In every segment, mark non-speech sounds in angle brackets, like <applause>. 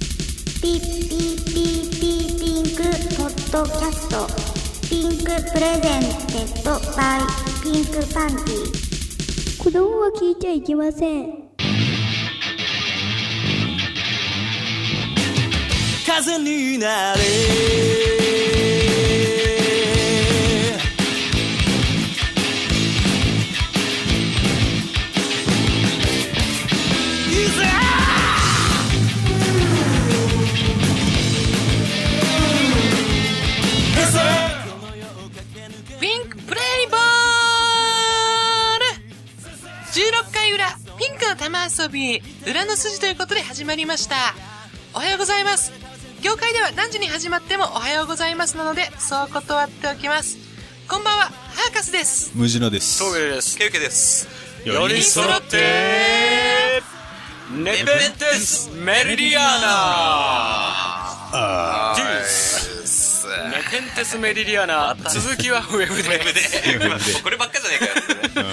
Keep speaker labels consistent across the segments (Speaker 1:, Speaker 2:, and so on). Speaker 1: ピッピッピッピッピンクポッドキャストピンクプレゼンテッドバイピンクパンティ子供は聞いちゃいけません
Speaker 2: 風になれいざ
Speaker 3: ピンクプレイボール !16 回裏、ピンクの玉遊び、裏の筋ということで始まりました。おはようございます。業界では何時に始まってもおはようございますなので、そう断っておきます。こんばんは、ハーカスです。
Speaker 4: 無地のです。
Speaker 5: 峠です。ケウケです。
Speaker 4: より揃
Speaker 5: って、ネベンテスメリリアナジュースネベンテスメリリアナ続きはウェブで
Speaker 4: で
Speaker 6: こればっかじゃねえかよ。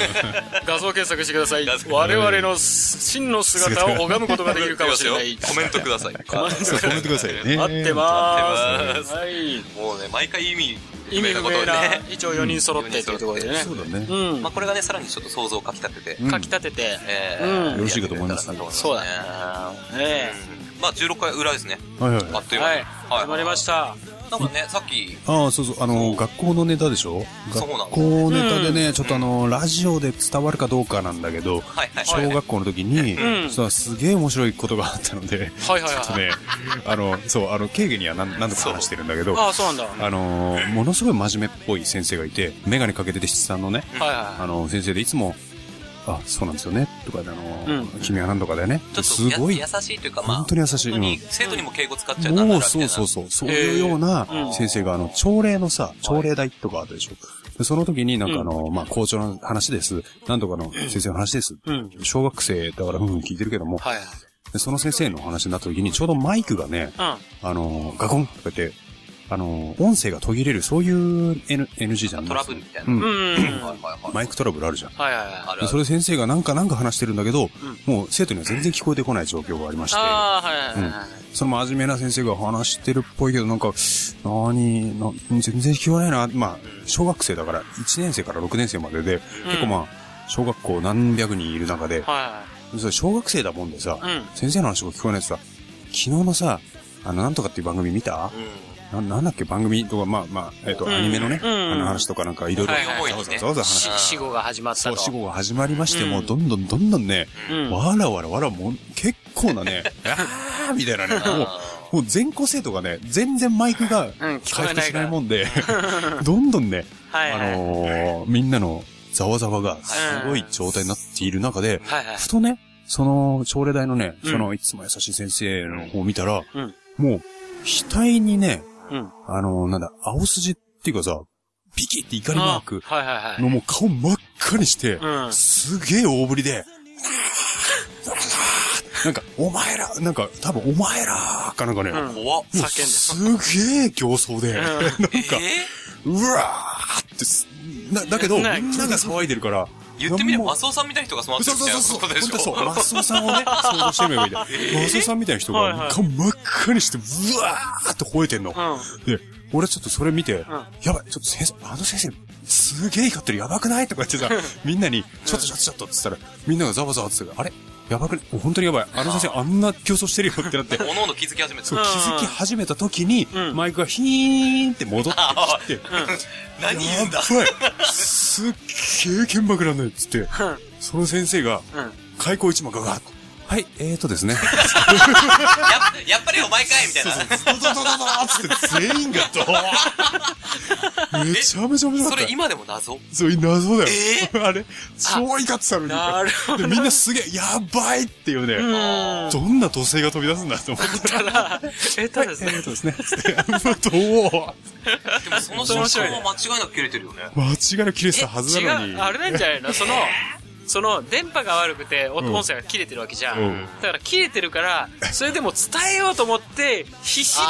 Speaker 5: 画像検索してください。我々の真の姿を拝むことができるかもしれ
Speaker 6: <laughs>
Speaker 5: ない。
Speaker 6: コメントください。
Speaker 5: 待って
Speaker 4: そう、コメントくださいね。
Speaker 5: ま。
Speaker 6: 待ってますす
Speaker 5: はい。
Speaker 6: もうね、毎回意味
Speaker 5: 意味
Speaker 6: 不明なこ
Speaker 5: 不
Speaker 6: とを
Speaker 5: 明な
Speaker 6: ね。、
Speaker 5: 一応4人揃ってというところでね。
Speaker 4: そうだね
Speaker 5: う。ん
Speaker 6: まあ。これがね、さらにちょっと想像をかきたてて。
Speaker 5: 書き立てて。
Speaker 6: え
Speaker 5: うん
Speaker 6: ー
Speaker 4: よろしいかと思います
Speaker 6: やってくれたらなと思います
Speaker 5: そうだ
Speaker 6: ね。
Speaker 5: ね
Speaker 6: うんまあ16回裏ですね。
Speaker 4: はいはい。
Speaker 6: あっ
Speaker 5: え。
Speaker 6: という間
Speaker 5: はい
Speaker 6: に。。
Speaker 5: 始まりました。
Speaker 6: なんかね、さっき、
Speaker 4: ああ、そうそう、あの、学校のネタでしょ
Speaker 6: そうなんだ
Speaker 4: 学校ネタでね、ちょっとあの、ラジオで伝わるかどうかなんだけど、
Speaker 6: はいはい
Speaker 4: 小学校の時に、
Speaker 5: うん
Speaker 4: そうすげえ面白いことがあったので、
Speaker 5: はいはい
Speaker 4: ちょっと
Speaker 5: はい。
Speaker 4: ね、あの、そう、あの、経験には何何度か話してるんだけど、
Speaker 5: ああ、そうなんだ。は
Speaker 4: あの、ものすごい真面目っぽい先生がいて、メガネかけてて質さんのね、
Speaker 5: いはい。
Speaker 4: あの、先生でいつも、あ、そうなんですよね、とかであの、
Speaker 5: う
Speaker 4: 君は何とかだよね、
Speaker 6: ちょっ
Speaker 4: す
Speaker 6: と
Speaker 4: ごい
Speaker 6: や、優しいというか、まあ、
Speaker 4: 本当に優しい。う
Speaker 6: 本当
Speaker 4: ん
Speaker 6: に生徒にも敬語使っちゃうなんだ
Speaker 4: も
Speaker 6: な
Speaker 4: う、そうそう
Speaker 6: そ
Speaker 4: そう、そういうような
Speaker 5: うん
Speaker 4: 先生が、あの、朝礼のさ、朝礼台とかあったでしょ。でその時になんかあの、まあ、校長の話です。なんとかの先生の話です。
Speaker 5: うん。
Speaker 4: 小学生だから、うん、聞いてるけども、
Speaker 5: はいはい。
Speaker 4: でその先生の話になった時に、ちょうどマイクがね、
Speaker 5: うん。
Speaker 4: あの、ガコンとか言って、あの、音声が途切れる、そういう N- NG じゃん。
Speaker 6: トラブルみたいな。
Speaker 4: う。
Speaker 5: うんん。は
Speaker 6: はいはいはい
Speaker 4: マイクトラブルあるじゃん。
Speaker 5: いはいはい。
Speaker 6: ある
Speaker 4: で
Speaker 6: あ
Speaker 4: そ
Speaker 6: る。
Speaker 4: れで先生がなんかなんか話してるんだけど、もう生徒には全然聞こえてこない状況がありまして。
Speaker 5: ああ、はいはいはいはい。
Speaker 4: その真面目な先生が話してるっぽいけど、なんか、なに、な、全然聞こえないな。まあ、小学生だから、1年生から6年生までで、結構まあ、小学校何百人いる中で、
Speaker 5: は
Speaker 4: それ小学生だもんでさ、
Speaker 5: うん
Speaker 4: 先生の話も聞こえないしさ、昨日のさ、あの、なんとかっていう番組見た、な、なんだっけ、番組とか、まあまあ、えっ、と、
Speaker 5: ん
Speaker 4: アニメのね、
Speaker 5: うん
Speaker 4: あの話とかなんかいろいろ、
Speaker 5: はいはい
Speaker 6: 思いにね
Speaker 4: ざわざわざわざ
Speaker 5: い。
Speaker 4: 話し
Speaker 5: し死後が始まった
Speaker 4: そ
Speaker 5: と。
Speaker 4: う、死後が始まりまして、
Speaker 5: うん
Speaker 4: もうどんどんどんどんね、
Speaker 5: うん
Speaker 4: わらわらわらもん、結構
Speaker 5: <laughs>
Speaker 4: なね、あーみたいなね、もう、もう全校生徒がね、全然マイク
Speaker 5: う
Speaker 4: が
Speaker 5: ん聞こ
Speaker 4: 回
Speaker 5: えないから
Speaker 4: 復しないもんで、 <laughs> どんどんね、
Speaker 5: はい
Speaker 4: あ
Speaker 5: はい。
Speaker 4: のー、みんなのざわざわがすごい状態になっている中で、
Speaker 5: はいはい。
Speaker 4: ふとね、その、朝礼台のね、
Speaker 5: うん
Speaker 4: その、いつも優しい先生の方を見たら、
Speaker 5: うん
Speaker 4: もう、額にね、
Speaker 5: うん
Speaker 4: あのー、なんだ、青筋っていうかさ、ピキって怒りマーク
Speaker 5: あはいはいはい。
Speaker 4: のもう顔真っ赤にして、
Speaker 5: うん
Speaker 4: すげえ大ぶりで、なんか、お前ら、なんか、多分お前らかなんかね、
Speaker 5: うん
Speaker 6: 怖っ。
Speaker 4: もうすげえ競争で、 <laughs> なんか、
Speaker 6: え
Speaker 4: うわーってす、な、だけど、みん
Speaker 5: ね
Speaker 4: なが騒いでるから、
Speaker 6: 言ってみ
Speaker 4: なん
Speaker 6: れば、
Speaker 4: も
Speaker 6: マスオさんみたいな人が集まって
Speaker 4: そう
Speaker 6: るみ
Speaker 4: そう
Speaker 6: たいな
Speaker 4: そう
Speaker 6: こ
Speaker 4: そう。
Speaker 6: と
Speaker 4: 本
Speaker 6: でし
Speaker 4: 当そう。
Speaker 6: ょ。
Speaker 4: マスオさんをね、想像してみればいいんだよ。マスオさんみたいな人
Speaker 5: はいは
Speaker 4: が
Speaker 5: い、
Speaker 4: 顔真っ赤にして、うわーって吠えてんの。
Speaker 5: うん。
Speaker 4: で、俺ちょっとそれ見て、やばい、ちょっと先生、あの先生、すげえ怒ってる、やばくないとか言
Speaker 6: <laughs>
Speaker 4: ってさ、みんなに、ちょっとちょっとちょっとって言ったら、みんながざわざわって言ってたからあれやばくない本当にやばい。あの先生、あんな競争してるよってなって、
Speaker 6: おのおの気づき始めて
Speaker 4: そう、
Speaker 6: る
Speaker 4: 気づき始めた時に、
Speaker 5: うん
Speaker 4: マイクがヒーンって戻ってきて、
Speaker 6: 何言うんだ
Speaker 4: やばいすっげえ剣幕なんだよ、つって。その先生が、
Speaker 5: うん。
Speaker 4: 開口一幕がガーッと。はい、えーとですね。
Speaker 6: ややっぱりお前かいみたいな。
Speaker 4: ドドドドドーっつって全員がドーンめちゃめちゃ面白か
Speaker 6: そ
Speaker 4: った
Speaker 6: れ。今でも謎。
Speaker 4: そういう謎だよ。あれ超怒ってたのに。
Speaker 5: なるほ
Speaker 4: で、みんなすげえ、やばいっていうね、
Speaker 5: うん。
Speaker 4: どんな土星が飛び出すんだと思って。
Speaker 5: ただ、 <laughs> え、ただですね。
Speaker 4: えーと <laughs> ですね。つって、どう
Speaker 6: でもその瞬間は間違いなく切れてるよね。
Speaker 4: 間違いなく切れて
Speaker 5: え
Speaker 4: たはずなのに。
Speaker 5: 違う、あれなんじゃないのその、その電波が悪くて音
Speaker 4: うん
Speaker 5: 音声が切れてるわけじゃん、
Speaker 4: うん
Speaker 5: だから切れてるからそれでも伝えようと思って必死で訴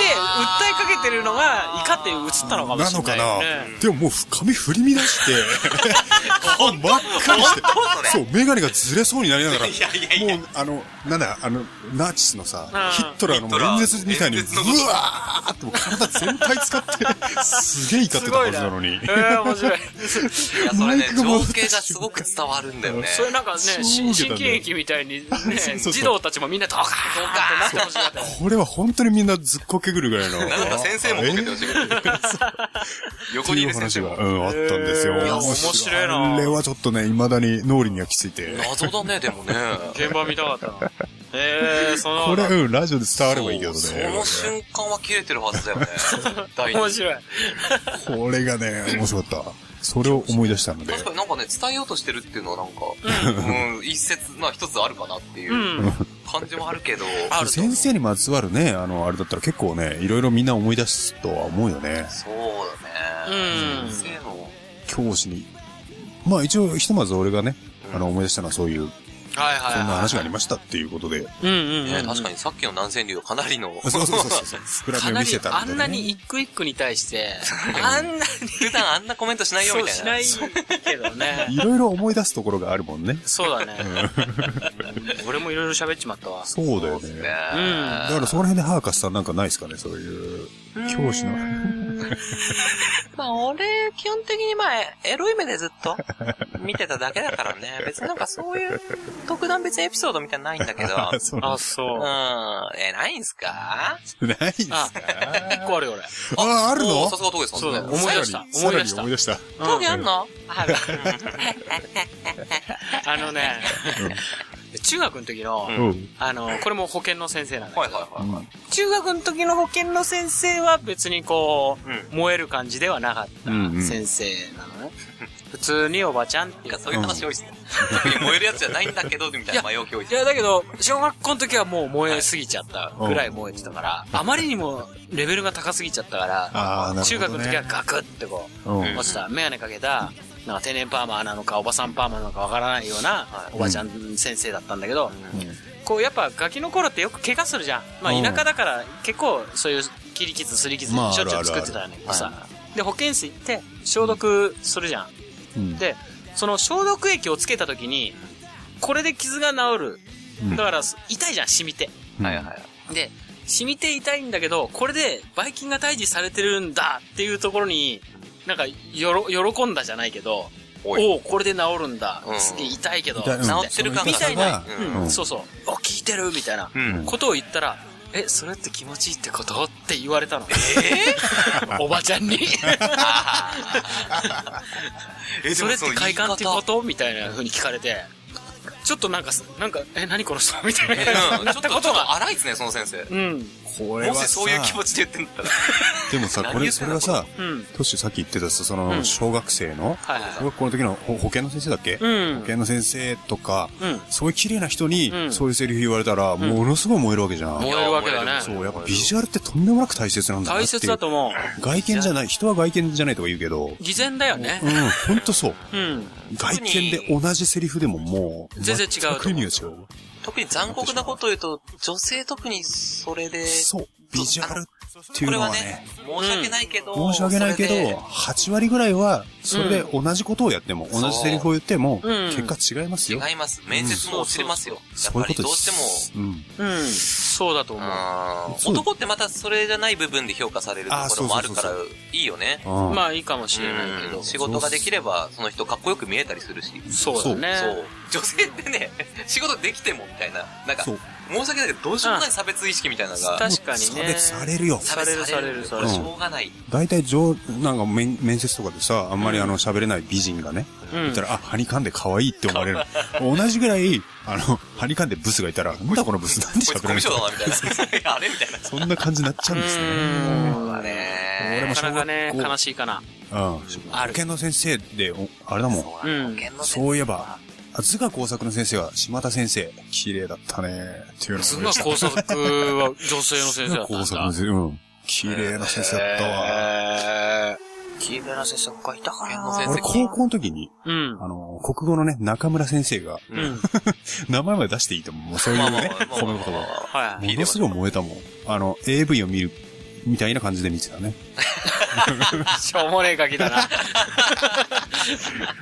Speaker 5: えかけてるのが怒って映ったのかも
Speaker 4: な
Speaker 5: しれな
Speaker 4: のか
Speaker 5: い
Speaker 4: な
Speaker 5: よね、
Speaker 4: でももう髪振り乱して、顔真っ赤にして、そう、メガネがずれそうになりながら、
Speaker 6: いやいやいや
Speaker 4: もう、あの、なんだ、あの、ナチスの
Speaker 5: あ
Speaker 4: さ
Speaker 5: ー、
Speaker 4: ヒットラーの
Speaker 6: ヒットラー
Speaker 4: 演説みたいに、う
Speaker 6: 演
Speaker 4: わ
Speaker 6: 説のこと
Speaker 4: ーってもう体全体使って、すげえ怒ってたはずなのに。
Speaker 5: えー、面白い。
Speaker 6: いや、それね、
Speaker 4: マイク
Speaker 6: 情
Speaker 4: が回って
Speaker 6: 景がすごく伝わるんだよね。
Speaker 5: <laughs> それなんかね、
Speaker 4: そう
Speaker 5: 新
Speaker 4: 受けた
Speaker 5: 新
Speaker 4: ね
Speaker 5: 喜劇みたいにね、
Speaker 4: <laughs> そうそう
Speaker 5: 児童たちもみんなドカーンってなってほしかったよ。
Speaker 4: これは本当にみんなずっこけぐるぐらいの。
Speaker 6: なんだったら先生もボケてほしいけど。
Speaker 4: って
Speaker 6: 横にい
Speaker 4: いう
Speaker 6: る
Speaker 4: お
Speaker 6: 先
Speaker 4: 話
Speaker 6: 生
Speaker 4: が、
Speaker 6: も。
Speaker 4: うん、あったんですよ。
Speaker 5: へー面白いな
Speaker 4: あれはちょっとね、未だに脳裏にはきついて。
Speaker 6: 謎だね、でもね。
Speaker 5: 現場見たかったな。えー、その、
Speaker 4: これ、うん、ラジオで伝わればいいけどね。
Speaker 6: そうその瞬間は切れてるはず
Speaker 4: <laughs>
Speaker 6: だよね。絶対に
Speaker 5: 面白い。。
Speaker 4: これがね、面白かった。それを思い出したので。
Speaker 6: 確かになんかね、伝えようとしてるっていうのはなんか、うん、一説、まあ一つあるかなっていううん感じもあるけど、
Speaker 5: あると思う
Speaker 4: 先生にまつわるね、あの、あれだったら結構ね、いろいろみんな思い出すとは思うよね。
Speaker 6: そうだね。
Speaker 5: うん
Speaker 6: 先生の、
Speaker 4: 教師に。まあ一応、ひとまず俺がね、あの、思い出したのはそういう、
Speaker 5: はいはい。
Speaker 4: そんな話がありましたっていうこと
Speaker 5: <laughs>
Speaker 4: で。
Speaker 5: うんうんうん、
Speaker 6: ね、確かにさっきの南千流はかなり
Speaker 5: <laughs>
Speaker 6: の、
Speaker 4: そうそうそうそう。膨ら
Speaker 5: か
Speaker 4: みを
Speaker 5: な
Speaker 4: 見
Speaker 5: り
Speaker 4: せ、た
Speaker 5: あ
Speaker 4: んで、ね。
Speaker 5: んなに一句一句に対して、あんなに、
Speaker 6: <laughs> 普段あんなコメントしないよ
Speaker 5: そ
Speaker 6: み
Speaker 5: う
Speaker 6: た
Speaker 5: し
Speaker 6: い
Speaker 5: な
Speaker 6: な。
Speaker 5: いけどね。
Speaker 4: いろいろ思い出すところがあるもんね。
Speaker 5: <laughs> そうだね。俺もいろいろ喋っちまったわ。
Speaker 4: そうだよ
Speaker 6: ね
Speaker 4: ね。だからそこら辺でハーカスさんなんかないですかね、そういう。教師の。
Speaker 6: まあ俺、基本的にまあ、エロい目でずっと見てただけだからね。 <laughs> 別になんかそういう特段別エピソードみたいなのないんだけど。
Speaker 4: あ、 <laughs> そうなん
Speaker 5: あ、
Speaker 4: で
Speaker 5: <laughs>
Speaker 6: うん
Speaker 5: そう。。
Speaker 6: え、ないんすか
Speaker 4: すないですか
Speaker 5: あ一個あるよ俺。
Speaker 4: あ、ある
Speaker 6: お
Speaker 4: の
Speaker 6: ーさすが峠さんね。
Speaker 5: そうだ思い出した
Speaker 4: さらに
Speaker 5: 思い出した
Speaker 4: 思い出した。
Speaker 6: 峠あんのある。
Speaker 5: あのね、中学の時の、
Speaker 4: うん。
Speaker 5: あの、これも保健の先生なんだ
Speaker 6: はい
Speaker 5: けど、
Speaker 6: はいはいは
Speaker 5: 中学の時の保健の先生は別にこう、
Speaker 6: う
Speaker 5: 燃える感じではなかった
Speaker 4: うんうん
Speaker 5: 先生なのね。普通におばちゃんって
Speaker 6: い。
Speaker 5: い
Speaker 6: なんか
Speaker 5: う。
Speaker 6: そういう <laughs> 話多いっすね。特に燃えるやつじゃないんだけど、みたいな前置き多いっ
Speaker 5: い
Speaker 6: すね。
Speaker 5: や、だけど、小学校の時はもう燃えすぎちゃったぐらい燃えてたから、あまりにもレベルが高すぎちゃったから、
Speaker 4: ああ、なるほど、ね。
Speaker 5: 中学の時はガクってこ
Speaker 4: うん、
Speaker 5: う、落ちた、メガネかけた、なんか定年パーマなのか、おばさんパーマなのかわからないような、おばちゃん先生だったんだけど、こうやっぱガキの頃ってよく怪我するじゃん。まあ
Speaker 4: うん
Speaker 5: 田舎だから結構そういう切り傷、すり傷し
Speaker 4: ま
Speaker 5: ょ
Speaker 4: あ
Speaker 5: っちゅう
Speaker 4: あるある
Speaker 5: 作ってたんだけどさ。で、保健室行って消毒するじゃん。
Speaker 4: うん
Speaker 5: で、その消毒液をつけた時に、これで傷が治る。
Speaker 4: うん
Speaker 5: だからす痛いじゃん、染みて。
Speaker 6: はいはいはい。
Speaker 5: で、染みて痛いんだけど、これでばい菌が退治されてるんだっていうところに、なんかよろ、喜んだじゃないけど、
Speaker 6: おい。
Speaker 5: おお、これで治るんだ
Speaker 6: う。ん
Speaker 5: すげえ痛いけど、
Speaker 4: 痛いうん
Speaker 5: 治
Speaker 6: 治
Speaker 5: っ
Speaker 6: って
Speaker 5: て
Speaker 6: る
Speaker 5: る
Speaker 6: 感
Speaker 5: 感
Speaker 6: が
Speaker 5: みたいな。
Speaker 6: うん
Speaker 5: うん、そうそう。お、聞いてるみたいな。
Speaker 6: うん。
Speaker 5: ことを言ったら、え、それって気持ちいいってことって言われたの。 <laughs> おばちゃん
Speaker 6: <laughs>
Speaker 5: に。
Speaker 6: え
Speaker 5: それって快感ってことみたいな風に聞かれて、ちょっとなんか、なんか、え、何この人みたいな。
Speaker 6: うん。
Speaker 5: なっ
Speaker 6: <laughs> ちょっ
Speaker 5: た
Speaker 6: と、ちょ
Speaker 5: こ
Speaker 6: っと
Speaker 5: とが。
Speaker 6: 荒いっすね、その先生。
Speaker 5: うん。
Speaker 4: これ
Speaker 6: も
Speaker 4: はさ
Speaker 6: しそういう気持ちで言ってんだったら。
Speaker 4: でもさ、これ、それはさ、
Speaker 5: うん。
Speaker 4: トッシュさっき言ってたさ、その、
Speaker 5: うん
Speaker 4: 小学生の、
Speaker 5: はいはい
Speaker 4: 小学校の時の保保健の先生だっけ、
Speaker 5: うん
Speaker 4: 保健の先生とか、
Speaker 5: うん
Speaker 4: そういう綺麗な人に、
Speaker 5: うん
Speaker 4: そういうセリフ言われたら、ものすごい燃えるわけじゃん。
Speaker 5: 燃えるわけだね。
Speaker 4: そう、やっぱビジュアルってとんでもなく大切なんだなってい
Speaker 5: 大
Speaker 4: う。
Speaker 5: 切だと思
Speaker 4: 外見じゃない、人は外見じゃないとか言うけど
Speaker 5: う。、偽善だよね
Speaker 4: う。ん、ほんとそう。
Speaker 5: うん。
Speaker 4: 外見で同じセリフでももう、
Speaker 5: 全然違うと思う
Speaker 4: 全く意味が違う。
Speaker 6: 特に残酷なこと言うと、女性特にそれで、
Speaker 4: そう、ビジュアルっていう
Speaker 6: これ
Speaker 4: の
Speaker 6: は
Speaker 4: は
Speaker 6: ね
Speaker 4: ね、、
Speaker 6: 申し訳ないけど、
Speaker 4: 申し訳ないけ
Speaker 6: それで
Speaker 4: ど、8割ぐらいは、それで同じことをやっても、
Speaker 6: ん
Speaker 4: 同じセリフを言っても、
Speaker 5: うん
Speaker 4: 結果違いますよ。
Speaker 6: 違います。面接も落ちれますよ。やっ
Speaker 4: そうい
Speaker 6: ぱ
Speaker 4: うこ
Speaker 6: り
Speaker 4: と
Speaker 6: ど
Speaker 4: で
Speaker 6: うしても、
Speaker 4: す。うん。
Speaker 5: うん。そうだと思う。
Speaker 6: あー
Speaker 4: そう
Speaker 6: 男ってまたそれじゃない部分で評価されるところもあるから
Speaker 4: あそ、
Speaker 6: いいよね。
Speaker 4: あ
Speaker 5: まあいいかもしれないけ
Speaker 6: う
Speaker 5: ど
Speaker 6: ん。仕事ができれば、その人かっこよく見えたりするし。
Speaker 5: そうだね。
Speaker 6: そう。女性ってね、仕事できてもみたいな。なんか、
Speaker 4: そ
Speaker 6: 申
Speaker 4: う
Speaker 6: し訳ないけど、どうしようもない差別意識みたいなのが、
Speaker 5: 確かにね。
Speaker 4: 差別されるよ。
Speaker 6: 差別される。
Speaker 5: さ
Speaker 6: こ
Speaker 5: れ
Speaker 6: れ
Speaker 5: る
Speaker 6: し
Speaker 4: される
Speaker 6: ょうがない。
Speaker 4: 大体、上、なんか面、面接とかでさ、あんまりあの、喋れない美人がね、
Speaker 5: うん
Speaker 4: いたら、あ、はにかんで可愛いって思われる。同じぐらい、あの、はにかんでブスがいたら、なんだこのブス、なんで
Speaker 6: こい
Speaker 4: 喋
Speaker 6: つコ
Speaker 4: れな
Speaker 6: ミ
Speaker 4: い
Speaker 6: ュ障だな、 <laughs> みたいな。あれみたいな。
Speaker 4: そんな感じになっちゃうんですね。
Speaker 5: う
Speaker 6: だね。
Speaker 4: 俺も
Speaker 5: なかなかね、
Speaker 4: 小学校
Speaker 5: 悲しいかな。
Speaker 4: うん。
Speaker 5: ある
Speaker 4: 保健の先生で、おあれだもん。
Speaker 5: うん。
Speaker 4: そういえば、図画工作の先生は島田先生、綺麗だったね。っていうの
Speaker 5: 図画工作は女性の先生だったんだ。
Speaker 4: 図画工作の先生、うん。綺麗な先生だったわ。
Speaker 5: へーシーベナ先生他いたかな
Speaker 3: 先
Speaker 4: 俺、高校の時に、
Speaker 5: うん。
Speaker 4: あの、国語のね、中村先生が、
Speaker 5: うん。
Speaker 4: 名前まで出していいと思う。もうそういうね、褒め言葉。
Speaker 5: は
Speaker 4: ものすごい燃えたもん。あの、AV を見る、みたいな感じで見てたね。
Speaker 5: い。しょうもねえガキだな。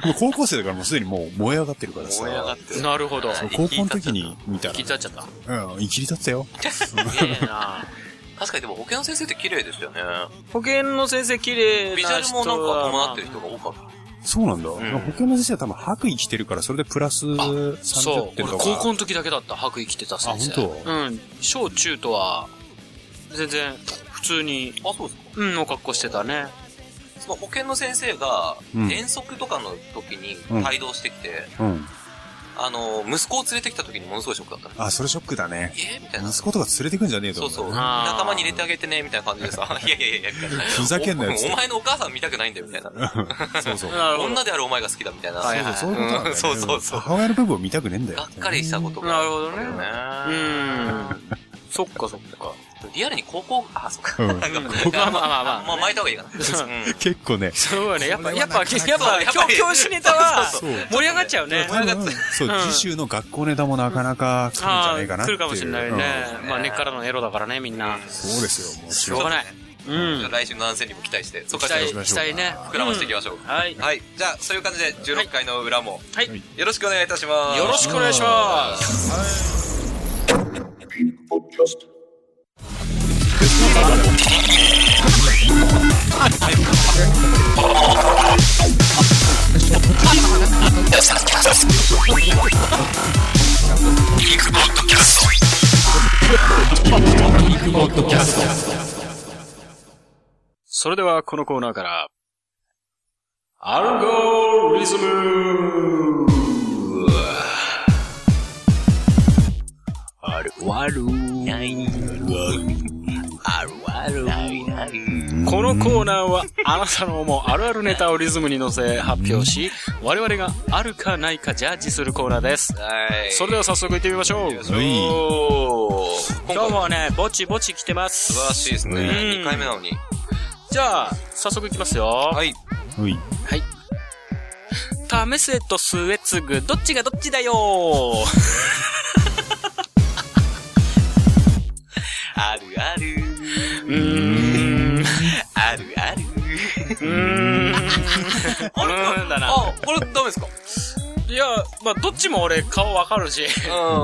Speaker 4: もう高校生だからもうすでにもう燃え上がってるからさ。
Speaker 6: 燃え上がってる。
Speaker 5: なるほど。
Speaker 4: そう高校の時に見たら
Speaker 5: 聞い、ちゃっちゃった。
Speaker 4: うん、生きり立ってたよ。
Speaker 5: すげえな。
Speaker 6: 確かにでも保健の先生って綺麗ですよね。
Speaker 5: 保健の先生綺麗な人
Speaker 6: ビジュアルもなんか伴ってる
Speaker 5: 人。
Speaker 6: 人が多かった。
Speaker 4: そうなんだ。保健の先生は多分白衣着てるから、それでプラス
Speaker 5: そ
Speaker 4: 30
Speaker 5: う。
Speaker 4: 点
Speaker 5: 俺
Speaker 4: とか。
Speaker 5: 高校の時だけだった、白衣着てた先生。
Speaker 4: あ本当
Speaker 5: うん。小中とは、全然、普通に、
Speaker 6: あ、そうですか。
Speaker 5: うん、の格好してたね。
Speaker 6: その保健の先生が、
Speaker 4: うん
Speaker 6: 遠足とかの時に
Speaker 4: うん
Speaker 6: 帯同してきて、
Speaker 4: うん。
Speaker 6: あの、息子を連れてきた時にものすごいショックだったね。
Speaker 4: あ、それショックだね。
Speaker 6: えみたいな。
Speaker 4: 息子とか連れてくんじゃねえと
Speaker 6: そ
Speaker 4: 思
Speaker 6: う
Speaker 4: う。
Speaker 6: そう。
Speaker 5: あー
Speaker 6: 仲間に入れてあげてね、みたいな感じ
Speaker 4: <laughs>
Speaker 6: でさ。いやいやいやいや、みたいな。
Speaker 4: ふざけんなよ
Speaker 6: おお前のお母さん見たくないんだよ、みたいな。
Speaker 4: <laughs> そうそう。
Speaker 5: なるほど。
Speaker 6: 女であるお前が好きだ、みたいな。
Speaker 5: <laughs> はい
Speaker 4: そうそう、そういうことなんだよね。
Speaker 6: そうそうそう
Speaker 4: 母親の部分を見たくねえんだよ。
Speaker 6: がっかりしたことが。
Speaker 5: なるほどね
Speaker 6: あった
Speaker 5: う
Speaker 6: よね
Speaker 5: ん。そっかそっか。
Speaker 6: リアルに高校、あ、そっか。
Speaker 4: うん
Speaker 6: なんか
Speaker 5: まあまあまあまあ
Speaker 6: まあ、巻いた方がいいかな。うん
Speaker 4: 結構ね。
Speaker 5: そうね。やっぱ、やっぱ、やっぱ、
Speaker 6: やっぱり
Speaker 5: 教師ネタは
Speaker 4: そう、
Speaker 5: 盛り上がっちゃうね。
Speaker 4: うんそう、次週の学校ネタもなかなか来るんじゃ
Speaker 5: あ
Speaker 4: な
Speaker 5: あ
Speaker 4: いかな
Speaker 5: ー、
Speaker 4: っ
Speaker 5: 来
Speaker 4: てい
Speaker 5: る
Speaker 4: う。
Speaker 5: かもしれない
Speaker 4: うん
Speaker 5: ね。まあ、根っからのエロだからね、みんな。
Speaker 4: そうですよ、もう。
Speaker 5: しょうがない。うん。
Speaker 6: じゃあ来週の安全にも期待して、そっか
Speaker 5: 期
Speaker 6: ら
Speaker 5: 待
Speaker 6: 膨
Speaker 5: したいね。
Speaker 6: らましていきましょう。
Speaker 5: はい。
Speaker 6: はい。じゃあ、そういう感じで、16回の裏も、
Speaker 5: はい。
Speaker 6: よろしくお願いいたします。
Speaker 5: よろしくお願いします。それではこのコーナーから、アルゴリズムあるあるあるあるこのコーナーはあなたの思うあるあるネタをリズムに乗せ発表し我々があるかないかジャッジするコーナーです
Speaker 6: はい。
Speaker 5: それでは早速行ってみましょう
Speaker 4: はい。
Speaker 6: おー
Speaker 5: 今
Speaker 6: 今回
Speaker 5: 日
Speaker 6: も
Speaker 5: もねぼちぼち来てます
Speaker 6: 素晴らしいですね。
Speaker 5: うん
Speaker 6: 2回目なのに。
Speaker 5: じゃあ早速行きますよ
Speaker 6: はい。
Speaker 4: はい。
Speaker 5: 試せと末継ぐどっちがどっちだよ
Speaker 6: あるある。
Speaker 5: うーん
Speaker 6: あるある。
Speaker 5: う
Speaker 6: <laughs>
Speaker 5: ーん。うーんだな。
Speaker 6: あ、これダメですか
Speaker 5: いや、まあ、どっちも俺顔わかるし。た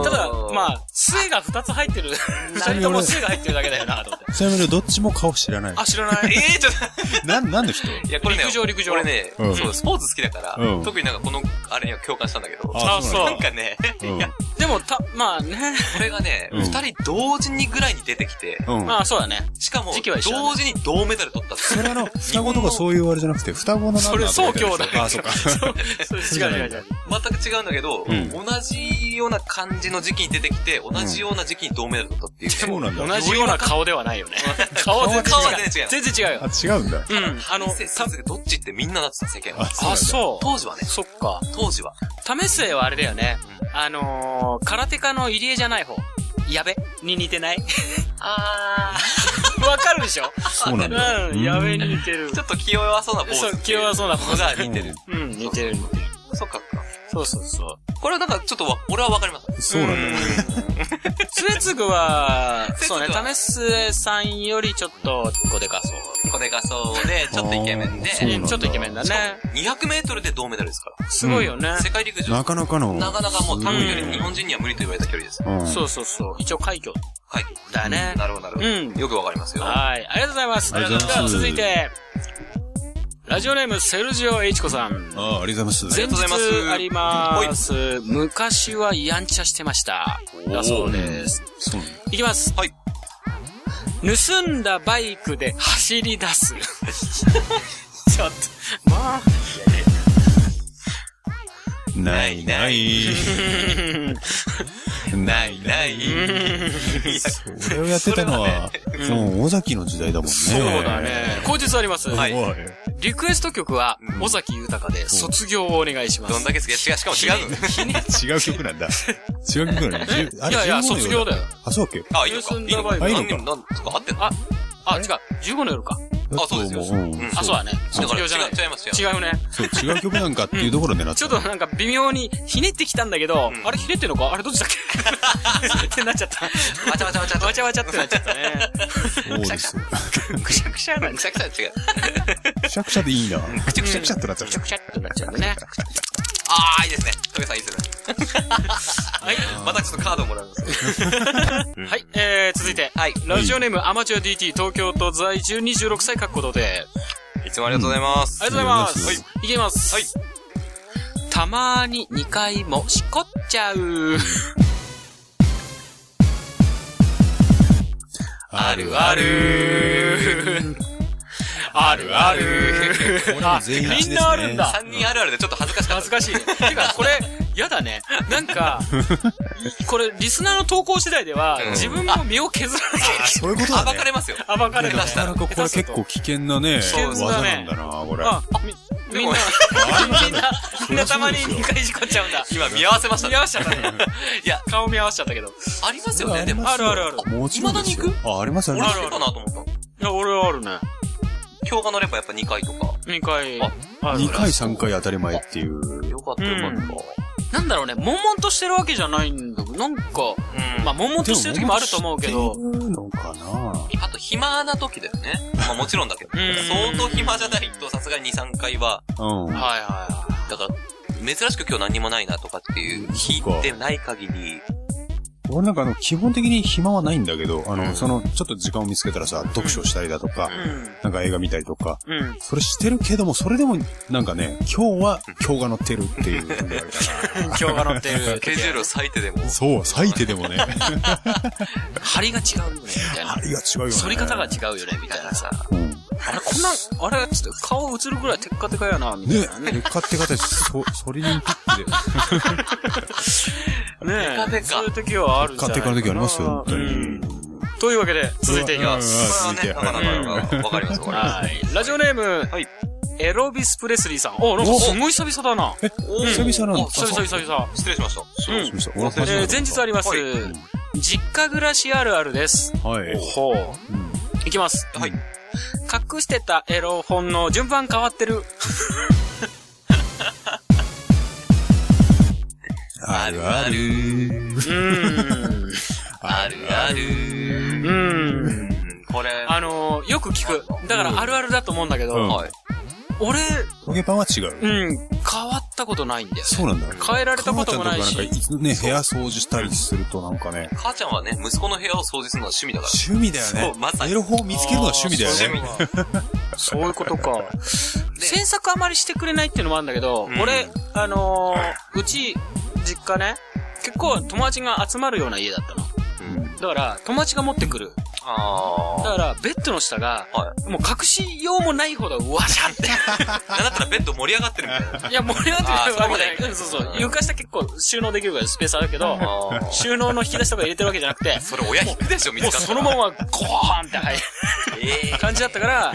Speaker 5: だ、まあ、杖が2つ入 <laughs> ってる。2人とも杖が入ってるだけだよな、と思って。
Speaker 4: ちなみにどっちも顔知らない。
Speaker 5: あ、知らない。
Speaker 6: ええちょっ
Speaker 4: なん、なんで人
Speaker 6: と、いや、これね、
Speaker 5: 陸上陸上
Speaker 6: 俺ね、
Speaker 4: うん
Speaker 6: そう、スポーツ好きだから、
Speaker 4: うん
Speaker 6: 特になんかこの、あれには共感したんだけど、
Speaker 5: あ、そう
Speaker 6: なん。
Speaker 4: <laughs>
Speaker 6: かね、
Speaker 4: うん
Speaker 6: いや、
Speaker 5: でも、た、まあね。
Speaker 6: これがね、
Speaker 4: うん
Speaker 6: 二人同時にぐらいに出てきて、
Speaker 4: うん。
Speaker 5: まあ、そうだね。
Speaker 6: しかも、
Speaker 5: 時期は一緒だね
Speaker 6: 同時に銅メダル取ったって
Speaker 4: それあの、双子とかそういうあれじゃなくて、双子のなんだ
Speaker 5: それ、そう兄弟。
Speaker 4: あ、そう
Speaker 5: <laughs>
Speaker 4: か。
Speaker 5: そうそう違う違う違う。
Speaker 6: 全く違うんだけど、
Speaker 4: うん
Speaker 6: 同じような感じの時期に出てきて、同じような時期に銅メダル取ったっていう、ね。
Speaker 4: そうなんだ。
Speaker 5: 同じような顔ではないよね。顔は全
Speaker 6: 顔は
Speaker 5: 然違う。
Speaker 6: 全
Speaker 5: 全然違うよ。
Speaker 4: あ、違うんだ。
Speaker 5: うん。あの、
Speaker 6: 先生、どっちってみんななってた、世間は
Speaker 4: あ。
Speaker 5: あ、そう。
Speaker 6: 当時はね、
Speaker 5: そっか。
Speaker 6: 当時は。
Speaker 5: 為末はあれだよね。あのー、空手家の入江じゃない方。やべ。に似てない
Speaker 6: あ
Speaker 5: <laughs> わかるでしょ
Speaker 4: そうなんだ。
Speaker 5: うん、やべに似てる
Speaker 6: ー。ち。ょっと気弱そうなポーズ。
Speaker 5: そう、気弱そうな方が
Speaker 6: が似てる。
Speaker 5: うん、似てる似てる。
Speaker 6: そっか。
Speaker 5: そうそうそう。
Speaker 6: これはなんかちょっとわ、俺はわかります。
Speaker 4: そうなんだ。
Speaker 5: 末継ぐは、
Speaker 6: 末
Speaker 5: そうね、
Speaker 6: 次は
Speaker 5: 為末さんよりちょっと、こでかそう。
Speaker 6: これがそうで、ちょっとイケメンで、
Speaker 4: あーそうなんだ
Speaker 5: ちょっとイケメンだね。
Speaker 6: 200メートルで銅メダルですか
Speaker 5: すごいよね
Speaker 6: ら。。世界陸上
Speaker 4: な。かなかの。
Speaker 6: なかなかもう多分より
Speaker 5: うん
Speaker 6: 日本人には無理と言われた距離です。
Speaker 4: うん。
Speaker 5: そうそうそう。一応、快挙。
Speaker 6: はい。
Speaker 5: だね
Speaker 6: なるほど、なるほど。
Speaker 5: うん
Speaker 6: よくわかりますよ。は
Speaker 5: はい。ありがとうございます。
Speaker 4: ありがとうございます
Speaker 5: では続いて、ラジオネーム、セルジオ・エイチコさん。
Speaker 4: ああ、ありがとうございます。
Speaker 5: 前
Speaker 6: とうございます
Speaker 5: 日あります。昔はやんちゃしてました。だそうです。
Speaker 4: そうなん
Speaker 5: いきます。
Speaker 6: い。
Speaker 5: 盗んだバイクで走り出 <laughs> す。ちょっと、まあ、
Speaker 4: だ。ないない。ないない。それをやってたのは、もう尾崎の時代だもんね。そう
Speaker 5: そうだね。。口実あります。
Speaker 6: はい
Speaker 5: リクエスト曲は、尾崎豊で卒業をお願いします。
Speaker 6: どんだけ好き違う、しかも違うの。
Speaker 4: 違う曲なんだ。違う曲 <laughs> なんだ。じゅあ
Speaker 5: い
Speaker 4: れ
Speaker 5: やいや、
Speaker 4: 15
Speaker 5: 卒業だよ。
Speaker 4: あ、そうだっけ
Speaker 6: あ、いいのか。いいのか。
Speaker 4: あいいの
Speaker 6: 何
Speaker 4: か
Speaker 6: 年、なんとか合ってんの
Speaker 5: あ、違う。15の夜か。
Speaker 4: だと思
Speaker 6: そうです
Speaker 4: う。うん
Speaker 5: あ、そうだね。
Speaker 4: そう
Speaker 5: だから違う
Speaker 6: だから違う違いますよ
Speaker 5: 違うね。
Speaker 4: そう、違う曲なんかっていうところでなっ
Speaker 5: ち
Speaker 4: ち
Speaker 5: ょ
Speaker 4: ゃ
Speaker 5: っ
Speaker 4: っ
Speaker 5: と
Speaker 4: た。
Speaker 5: なんか微妙にひねってきたんだけど、あれひねってんのかあれどっちだっけってなっちゃった。
Speaker 6: わちゃわちゃわちゃ
Speaker 5: わちゃわちゃってなっちゃったね。
Speaker 4: そうです。
Speaker 5: くしゃくしゃなん
Speaker 6: く
Speaker 5: ち
Speaker 6: しゃくしゃ違う。
Speaker 4: くしゃくしゃでいいな。くしゃくしゃくしゃってなっちゃっ
Speaker 5: ゃ
Speaker 4: た
Speaker 5: く。しゃってなっちゃうんだね。
Speaker 6: ああ、いいですね。トゲさんいいですね。はい。またちょっとカードもらいます。
Speaker 5: はい、えー、続いて。はい。ラジオネームアマチュア DT 東京都在住26歳確保堂で。
Speaker 6: いつもありがとうございます。
Speaker 5: ありがとうございま
Speaker 4: は
Speaker 5: す。い。いきます。はい。たまーに2回もしこっちゃう。
Speaker 4: ある
Speaker 5: あるあるある
Speaker 6: <laughs>
Speaker 4: これも全員一致ですね
Speaker 5: みんなあるんだ。
Speaker 6: 3人あるあるでちょっと恥ずかしかっ
Speaker 5: 恥ずかしいね。てか、これ、やだね。なんか、これ、リスナーの投稿次第では、自分も身を削らなきゃいけ
Speaker 4: そういうこと
Speaker 6: た。
Speaker 4: だ
Speaker 6: 暴
Speaker 4: ね。
Speaker 6: かれますよ。
Speaker 5: ない。暴かれ
Speaker 4: な
Speaker 5: る
Speaker 4: かなかこれ結構危険なね、
Speaker 5: 険だね
Speaker 4: 技なんだな、これ。
Speaker 5: あ、み、みんな、みんな、みんなたまに2回事故っちゃうんだ。
Speaker 6: 今見合わせました
Speaker 5: 見
Speaker 6: ね
Speaker 5: 合。わせちゃったね。いや、顔見合わせちゃったけど。い
Speaker 6: ありますよね、でも。
Speaker 5: あるあるある
Speaker 4: もちろんですよ
Speaker 6: 未だに
Speaker 4: あ、ありますあり
Speaker 6: 俺
Speaker 4: ま
Speaker 6: あ
Speaker 4: す
Speaker 6: る。かなと思ったの。
Speaker 5: や、俺はあるね。
Speaker 6: 強化の連覇やっぱ2回とか。
Speaker 5: 2回。
Speaker 6: あ
Speaker 5: ある
Speaker 4: 2回3回当たり前っていう。
Speaker 6: よかったよかった。
Speaker 5: なんだろうね、悶々としてるわけじゃないんだけど、なんか、
Speaker 6: うん。
Speaker 5: まあ、悶々としてる時もあると思うけど、
Speaker 4: でも知ってるのか
Speaker 6: あと暇な時だよね。まあもちろんだけど。
Speaker 5: ん
Speaker 6: 相当暇じゃないとさすがに2、3回は。
Speaker 4: なうん。
Speaker 5: はいはいはい。
Speaker 6: だから、珍しく今日何にもないなとかっていう日でない限り。
Speaker 4: 俺なんかあの、基本的に暇はないんだけど、あの、その、ちょっと時間を見つけたらさ、読書したりだとか、なんか映画見たりとか、
Speaker 5: うん。
Speaker 4: それしてるけども、それでも、なんかね、今日は、今日が乗ってるっていう。
Speaker 5: 今
Speaker 4: <laughs>
Speaker 5: 日が乗ってる。
Speaker 6: スケジュールを割いてでも。
Speaker 4: そう、割いてでもね、
Speaker 5: 張りが違うよね、みたいな
Speaker 4: あ。れが違うよね。
Speaker 5: 反り方が違うよね、みたいなさ。
Speaker 4: うん。
Speaker 5: あれ、こんな、あれ、ちょっと顔映るぐらいテッカテカやな、みたい
Speaker 4: ね、劣化って形、そ、ソリリンピックで。
Speaker 5: な。ねえ。
Speaker 6: テカテカ
Speaker 5: そういう時はあるじゃ
Speaker 4: 買
Speaker 5: ん。
Speaker 4: っていかの時ありますよ、本当に。
Speaker 5: うんというわけで、続いていきます。
Speaker 4: うんうん
Speaker 6: これはね、なかなかわかります、これ。
Speaker 5: はい。ラジオネーム、
Speaker 6: はい
Speaker 5: エロビス・プレスリーさん。お、なんかすごい久々だな。
Speaker 4: え、久々なん
Speaker 6: お
Speaker 4: だ。
Speaker 5: 久々久々。
Speaker 6: 失礼しました。
Speaker 4: そううんしました。俺初めて
Speaker 5: え
Speaker 4: だ
Speaker 5: ー、前日あります、
Speaker 6: はい
Speaker 5: 実家暮らしあるあるです。
Speaker 4: はい。
Speaker 5: ほう。いきます。
Speaker 6: はい。
Speaker 5: 隠してたエロ本の順番変わってる。
Speaker 4: あるある。
Speaker 5: うーん。う
Speaker 6: あるある。
Speaker 5: ーん。
Speaker 6: これ、
Speaker 5: あのー、よく聞く。だからあるあるだと思うんだけど、
Speaker 4: うん
Speaker 6: はい。
Speaker 5: 俺、
Speaker 4: トゲパンは違
Speaker 5: う
Speaker 4: う。
Speaker 5: ん、変わったことないんだよ。
Speaker 4: そうなんだ。
Speaker 5: 変えられたこともないし
Speaker 4: 母ちゃんとかなんかね、部屋掃除したりするとなんかね、
Speaker 6: 母ちゃんはね、息子の部屋を掃除するのが趣味だから。
Speaker 4: 趣味だよね。
Speaker 6: そうまさに
Speaker 4: エロ本を見つけるのが趣味だよね。
Speaker 5: ね。
Speaker 4: <laughs>
Speaker 5: そういうことか。制作あまりしてくれないっていうのもあるんだけど、
Speaker 6: うん
Speaker 5: 俺、あのー、うち、実家ね、結構友達が集まるような家だったの。
Speaker 4: うん
Speaker 5: だから、友達が持ってくる。だ
Speaker 6: あ
Speaker 5: から、ベッドの下が、
Speaker 6: は
Speaker 5: もう隠しようもないほど、わしゃ
Speaker 6: <laughs>
Speaker 5: っ
Speaker 6: あ。なんだったらベッド盛り上がってるみたいな。
Speaker 5: て。いや、盛り上がってるわけじゃない
Speaker 6: あーそういうことね
Speaker 5: うん。そうそう。床下結構収納できるぐらいのスペースあるけど、
Speaker 6: ああ。
Speaker 5: 収納の引き出しとか入れてるわけじゃなくて、
Speaker 6: それ親引くでしょ、見
Speaker 5: もう
Speaker 6: つかった
Speaker 5: そ
Speaker 6: ら
Speaker 5: のまま、ゴーンって入る
Speaker 6: ええ
Speaker 5: 感じだった
Speaker 4: <laughs>
Speaker 5: から、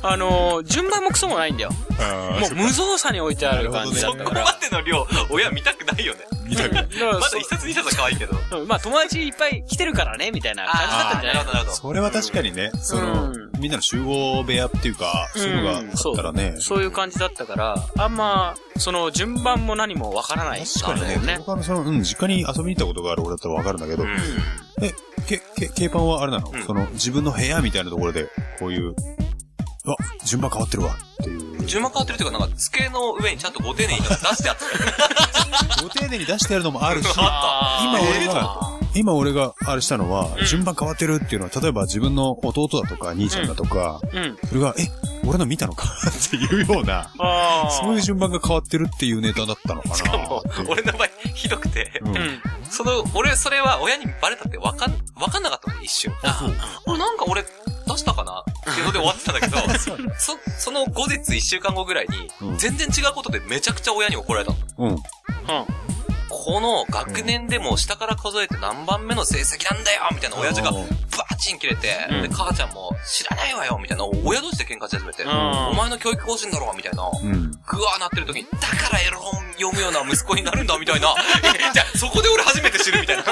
Speaker 5: あのー、順番もクソもないんだよ。
Speaker 4: あ
Speaker 5: もう無造作に置いてある感じだっ
Speaker 6: そこ
Speaker 5: た
Speaker 6: ま
Speaker 5: から。
Speaker 6: での量、親見たくないよね。
Speaker 4: う、見たくない。
Speaker 5: だ
Speaker 4: <laughs>
Speaker 5: から
Speaker 6: まだ一冊二冊は可愛いけど。
Speaker 5: そうんまあ友達いっぱい来てるからね、みたいな感じだったんじゃな
Speaker 6: なる
Speaker 5: い
Speaker 6: ほど、なるほど。
Speaker 4: それは確かにね、その、みんなの集合部屋っていうか、そういうのがあったらね、
Speaker 5: そういう感じだったから、あんま、その順番も何もわからない
Speaker 4: 確かに
Speaker 5: ね。
Speaker 4: ね、僕あの、その、うん、実家に遊びに行ったことがある俺だったらわかるんだけど、え、け、け、ケイパンはあれなの、その、自分の部屋みたいなところで、こういう、あ、順番変わってるわ、っていう。
Speaker 6: 順番変わってるっていうか、なんか、机の上にちゃんとご丁寧に出してあった。
Speaker 4: ご丁寧に出してやるのもあるし、
Speaker 5: あ
Speaker 4: 今
Speaker 5: ー
Speaker 4: 俺が、今俺があれしたのは、順番変わってるっていうのは、例えば自分の弟だとか、兄ちゃんだとか、
Speaker 5: うん。
Speaker 4: それが、え、俺の見たのか <laughs> っていうような、
Speaker 5: ああ。
Speaker 4: そういう順番が変わってるっていうネタだったのかな。
Speaker 6: もう俺の場合、ひどくて、
Speaker 4: うん
Speaker 5: うん。
Speaker 6: その、俺、それは親にバレたってわかん、わかんなかったのね、一瞬。俺、なんか俺、出したかなっていうので終わってたんだけど、
Speaker 4: <laughs>
Speaker 6: そ、その後日一週間後ぐらいに
Speaker 4: う、ん
Speaker 6: 全然違うことでめちゃくちゃ親に怒られたの。
Speaker 4: うん。
Speaker 5: う
Speaker 6: ここの学年でも下から数えて何番目の成績なんだよみたいな親父が
Speaker 4: う
Speaker 6: バ
Speaker 4: ん
Speaker 6: チン切れて、
Speaker 5: うん
Speaker 6: で、母ちゃんも知らないわよみたいな、親同士で喧嘩し始めて、
Speaker 5: ん
Speaker 6: お前の教育方針だろみたいな、
Speaker 4: うん。
Speaker 6: ぐわーなってる時に、だからエロ本読むような息子になるんだみたいな、 <laughs> じゃあそこで俺初めて知るみたいな。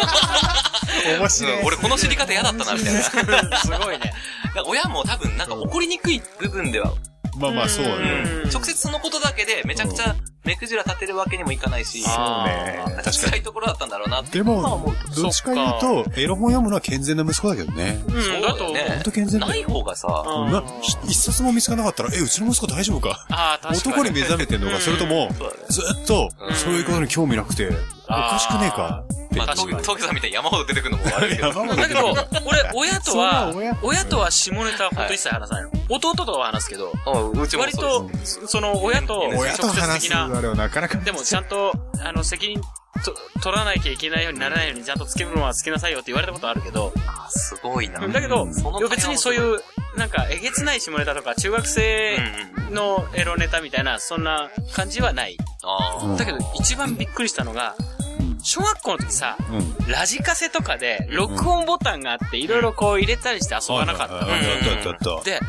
Speaker 4: 面白
Speaker 6: うん俺この知り方嫌だったなみたいな。
Speaker 5: すごいね。
Speaker 6: なんか親も多分なんか怒りにくい部分では、
Speaker 4: まあまあ、そうだね。
Speaker 5: うん
Speaker 6: 直接そのことだけでめちゃくちゃ目くじら立てるわけにもいかないし、
Speaker 5: あ
Speaker 4: そうね。確か
Speaker 6: 辛いところだったんだろうなって。
Speaker 4: に。で
Speaker 6: まあ
Speaker 4: も
Speaker 6: 思うけ、
Speaker 4: どっちか言うと、エロ本読むのは健全な息子だけどね。
Speaker 5: うん、だと、
Speaker 4: ほんと健全だ
Speaker 6: ない
Speaker 4: よ。
Speaker 6: 方がさ、
Speaker 4: な、一冊も見つからなかったら、え、うちの息子大丈夫か
Speaker 5: ああ、確かに。
Speaker 4: 男に目覚めてんのか、それとも、ずっと、そういうことに興味なくて、おかしくねえかって。
Speaker 6: まあ、東東京さんみたいに山ほど出てくるのも悪いけど。
Speaker 4: やばい
Speaker 5: だけど、俺、親と
Speaker 4: そん
Speaker 5: は
Speaker 4: な親、
Speaker 5: 親とは下ネタは本当一切話さないの。弟とは話すけど、
Speaker 6: うんうちも
Speaker 5: 割と、その、親と、
Speaker 4: 親と
Speaker 5: 直
Speaker 4: 話
Speaker 5: 接
Speaker 4: す
Speaker 5: 的な、
Speaker 4: あれはなかなか。
Speaker 5: でもちゃんと、あの、責任と、取らなきゃいけないようにならないように、ちゃんとつけるのはつけなさいよって言われたことあるけど、
Speaker 6: あすごいな。
Speaker 5: だけど、
Speaker 6: その
Speaker 5: いや別にそういう、なんか、えげつない下ネタとか、中学生のエロネタみたいな、そんな感じはない。
Speaker 6: あ
Speaker 5: だけど、一番びっくりしたのが、小学校の時さ、
Speaker 4: うん。
Speaker 5: ラジカセとかで、録音ボタンがあって、いろいろこう入れたりして遊ばなかったの。
Speaker 4: あったあったあった。
Speaker 5: で、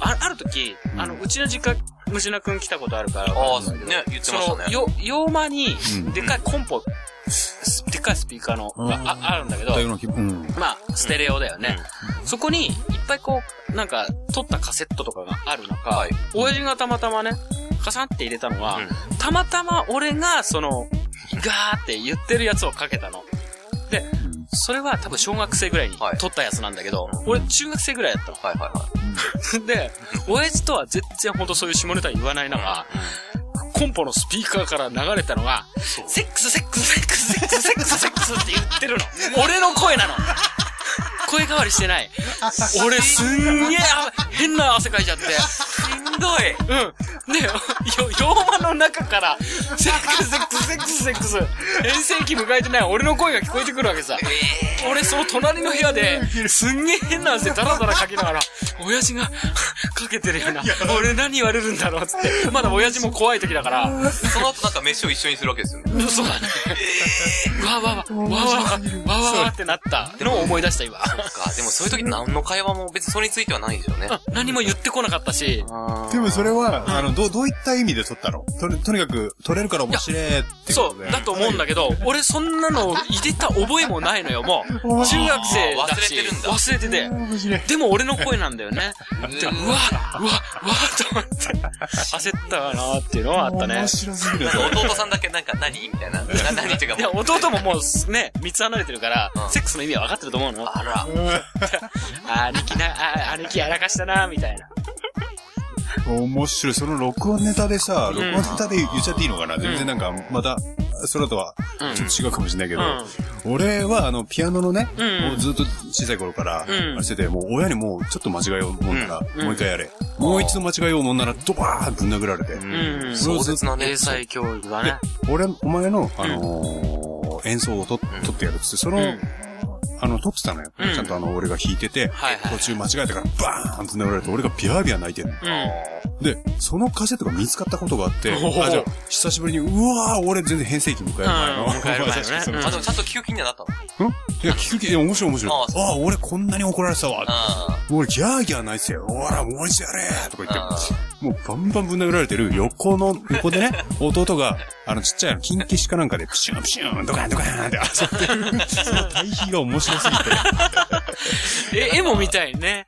Speaker 5: あある時、あの、うちの実家、虫名くん来たことあるから、
Speaker 6: ああ、ね、言って
Speaker 5: そ
Speaker 6: ました
Speaker 5: の、
Speaker 6: ね。
Speaker 5: よ、洋間に
Speaker 4: うん、
Speaker 5: でっかいコンポ、すでっかいスピーカーの、がああるんだけど
Speaker 4: だ、よな気分うん。
Speaker 5: まあ、ステレオだよね。そこに、いっぱいこう、なんか、撮ったカセットとかがある中、
Speaker 6: はい
Speaker 5: 親父がたまたまね、カシャンって入れたのは、
Speaker 6: うん
Speaker 5: たまたま俺が、その、ガーって言ってるやつをかけたの。で、それは多分小学生ぐらいに
Speaker 6: はい
Speaker 5: 撮ったやつなんだけど、俺中学生ぐらいだったの。
Speaker 6: はいはいは
Speaker 5: <laughs>
Speaker 6: い。
Speaker 5: で、親父とは全然ほんとそういう下ネタ言わない中、コンポのスピーカーから流れたのが、セックスセックスセックスセックスセックスセックスって言ってるの。俺の声なの。声変わりしてない。俺すんげえあ <laughs> 変な汗かいちゃって。しんどい。うん。で、よ、洋間の中から、セックスセックスセックスセックス、遠征期迎えてない俺の声が聞こえてくるわけさ。俺その隣の部屋で、すんげえ変な汗ダラダラかきながら、親父がかけてるような、俺何言われるんだろうっつって、まだ親父も怖い時だから、
Speaker 6: その後なんか飯を一緒にするわけですよね。
Speaker 5: そうだね。わわわ、わわわ、わわわってなったのを思い出した今。
Speaker 6: か、でもそういう時何の会話も別にそれについてはないですよね。
Speaker 5: 何も言ってこなかったし、
Speaker 4: でもそれは、あの、どう、どういった意味で撮ったのとれ、とにかく、撮れるから面白いってこ
Speaker 5: そ
Speaker 4: と
Speaker 5: う、
Speaker 4: で。
Speaker 5: だと思うんだけど、俺そんなの入れた覚えもないのよ、もう。 <laughs> 中学生だし、
Speaker 6: 忘れてるんだ
Speaker 5: 忘れてて。
Speaker 4: 面白い。
Speaker 5: でも俺の声なんだよね。でうわ、うわ、うわ、と思って、焦ったわなーっていうのはあったね
Speaker 4: 面。白すぎる。
Speaker 6: 弟さんだけなんか何みたいな。な何っていう
Speaker 5: い
Speaker 6: か
Speaker 5: や、
Speaker 6: もう。
Speaker 5: 弟ももうね、三つ離れてるから、セックスの意味は分かってると思うの。
Speaker 6: あら。
Speaker 5: あ、兄貴な、あ、兄貴やらかしたな、みたいな。
Speaker 4: 面白い。その録音ネタでさ、録音ネタで言っちゃっていいのかな全然なんか、また、それとは、ちょっと違うかもしれないけど、俺はあの、ピアノのね、もうずっと小さい頃から、あれしてて、もう親にもうちょっと間違いをもんなら、もう一回やれ。もう一度間違いをもんなら、ドバーンぶん殴られて。
Speaker 5: うん
Speaker 4: それをずっと
Speaker 6: なね。
Speaker 5: 才教育だ
Speaker 4: で。、俺、お前の、あのー演奏をと、撮ってやるっつって、その、あの、撮ってたのよ。ちゃんとあの、俺が弾いてて、
Speaker 5: はいはい
Speaker 4: 途中間違えたから、バーンって殴られて、俺がビャービャー泣いてるの。で、そのカセットが見つかったことがあって、
Speaker 5: <laughs> おお
Speaker 4: あ、じゃあ、久しぶりに、うわー、俺全然変声期迎える前の。
Speaker 5: うん迎える前のね
Speaker 4: 確か <laughs> にその
Speaker 5: うん
Speaker 6: あ、でもちゃんと聞く気にはなったの。
Speaker 4: うんいや、聞く気、いや、面白い面白い
Speaker 6: あ。そう
Speaker 4: ああ、俺こんなに怒られてたわ。
Speaker 6: あ
Speaker 4: もう俺ギャーギャー泣いてたよ。おら、もう一度やれとか言
Speaker 6: あ
Speaker 4: って、もうバンバンぶん殴られてる
Speaker 5: <laughs>
Speaker 4: 横の、横でね、弟が、あのちっちゃいの、金消しかなんかで、プシュンプシュン、ドカンドカンって遊ん
Speaker 5: <laughs>
Speaker 4: でる。その対比が面白すぎて。
Speaker 5: え、絵も見たい
Speaker 4: <laughs>
Speaker 5: ね。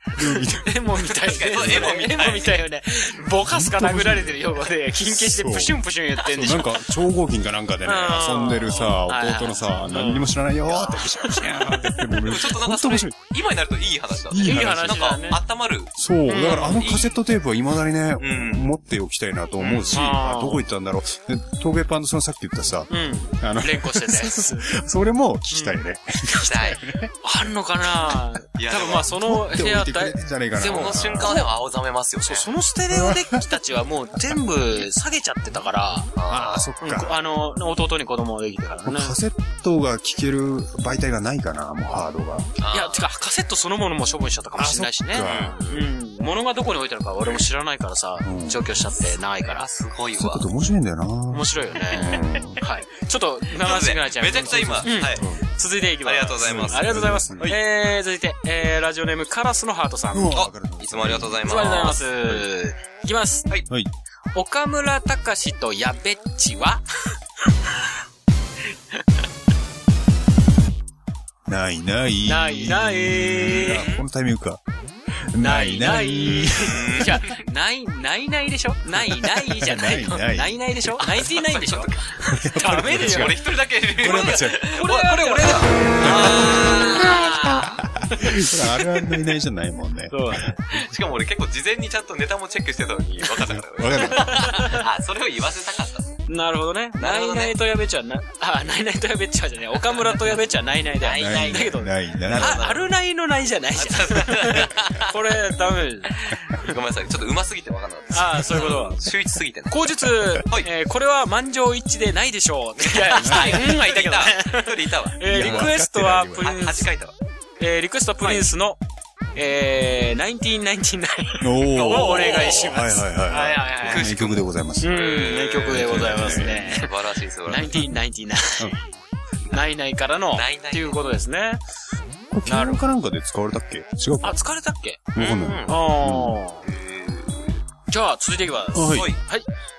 Speaker 5: 絵も見たいね。絵も見たい。絵も見たいよね。ボカスか殴られてる用語で、金消してプシュンプシュン言ってんでし
Speaker 4: な
Speaker 5: ょ
Speaker 4: ん。か、超合金かなんかでね、
Speaker 5: うん
Speaker 4: 遊んでるさ、
Speaker 5: はいはい
Speaker 4: 弟のさ、何にも知らないよーって、プシュンプシュンって言って、もう、
Speaker 6: ちょっとなんか
Speaker 4: 本
Speaker 6: そ
Speaker 4: 当
Speaker 6: れ
Speaker 4: 面白い。、
Speaker 6: 今になるといい話だね。
Speaker 4: い
Speaker 5: い
Speaker 4: い
Speaker 5: い
Speaker 4: 話
Speaker 5: 話
Speaker 6: なん
Speaker 5: だね。
Speaker 6: か、温まる。
Speaker 4: そう。だからあのカセットテープは未だにね、
Speaker 6: うん
Speaker 4: 持っておきたいなと思うし、
Speaker 5: うん
Speaker 4: あどこ行ったんだろう。で、東芸パンのそのさっき言ったさ、
Speaker 5: うん。
Speaker 4: あの、
Speaker 5: 連呼してて。
Speaker 4: それも聞きたいね。
Speaker 6: したい。
Speaker 5: あんのかない
Speaker 6: や
Speaker 5: 多分まあその部
Speaker 4: ってお
Speaker 5: 屋
Speaker 4: いてくれ
Speaker 5: 大
Speaker 4: てんじゃねえかな。
Speaker 6: でも、この瞬間はでも青ざめますよね。
Speaker 5: そう、そのステレオデッキたちはもう全部下げちゃってたから、
Speaker 4: ああ、そっ
Speaker 5: うん
Speaker 4: か。
Speaker 5: あの、弟に子供ができてから
Speaker 4: もう
Speaker 5: ね。
Speaker 4: カセットが聴ける媒体がないかな、もうハードが。
Speaker 5: いや、てか、カセットそのものも処分しちゃったかもしれないしね。
Speaker 4: あ
Speaker 5: うん。物がどこに置いてあるか俺も知らないからさ
Speaker 4: う、ん
Speaker 5: 除去しちゃってないから
Speaker 6: あ、。すごい
Speaker 4: そういう
Speaker 6: わ
Speaker 4: こ。と面白いんだよな。
Speaker 5: 面白いよね。はい。ちょっと、長時間になっちゃいま
Speaker 6: め
Speaker 5: し
Speaker 6: ち
Speaker 5: た
Speaker 6: ゃくちゃ今、
Speaker 5: うん
Speaker 6: はい。
Speaker 5: 続いていきます。
Speaker 6: ありがとうございます
Speaker 5: ありがとうございます。
Speaker 4: はい
Speaker 5: えー、続いて、えー、ラジオネームカラスのハートさん。
Speaker 4: うん
Speaker 5: い
Speaker 4: わかる
Speaker 6: いつもありがとうございま
Speaker 5: つ
Speaker 6: す。
Speaker 5: もありがとうございます。いきます。
Speaker 4: はい。
Speaker 5: 岡村隆史とやべっちは、
Speaker 4: ないない。
Speaker 5: ないない
Speaker 4: あこのタイミングか。
Speaker 5: ないない。いや、ない、ないないでしょないないじゃないの。
Speaker 4: ないな
Speaker 5: な
Speaker 4: い
Speaker 5: いないでしょナインティナインでしょダメでしょ
Speaker 6: 俺一人だけ。
Speaker 4: これやっぱ違う。
Speaker 5: これ、これ俺だ。
Speaker 1: あ
Speaker 4: これあるあるのいないじゃないもんね。
Speaker 5: そう
Speaker 6: しかも俺結構事前にちゃんとネタもチェックしてたのに分かんなかっ
Speaker 4: わかる。
Speaker 6: <laughs> た。あ、それを言わせたかった。
Speaker 5: なるほどね。
Speaker 6: な
Speaker 5: ナ
Speaker 6: るほ
Speaker 5: イ
Speaker 6: どね
Speaker 5: ナイとやべっちはな、あ、ナイナイとやべっちはじゃねえ。岡村とやべっちはナイナイだよ。
Speaker 4: ない
Speaker 5: だけど、
Speaker 4: ないない。
Speaker 5: あ、あるないのないじゃないじゃん。これ、ダメ。
Speaker 6: ごめんなさい。ちょっと上手すぎて分かんなかった。
Speaker 5: ああ、そういうこと。
Speaker 6: 秀逸すぎてね。
Speaker 5: 後日、
Speaker 6: い
Speaker 5: えーこれは満場一致でないでしょう。いや、い
Speaker 6: あ、
Speaker 5: た
Speaker 6: いた、いた、いた。一人いたわ。
Speaker 5: えーリクエストはプリ
Speaker 6: あ、
Speaker 5: ン
Speaker 6: 恥
Speaker 5: ス、
Speaker 6: かいたわ。
Speaker 5: えーリクエストはプリンスの、えー、1999。
Speaker 4: おー
Speaker 5: をお願いします
Speaker 4: はいはいは
Speaker 5: はい
Speaker 4: い。
Speaker 5: はいはい
Speaker 4: 名曲でございます。
Speaker 5: うん、名曲でございますね。
Speaker 6: 素晴らしい、素晴らしい。
Speaker 5: 1999。ない <laughs> ないからの、
Speaker 6: ないない
Speaker 5: っていうことですね。
Speaker 4: これ、ピアノかなんかで使われたっけ違うか。
Speaker 5: あ、疲れたっけ
Speaker 4: わかんない。
Speaker 5: ああ。じゃあ、続いていきます。
Speaker 4: はい
Speaker 5: はい。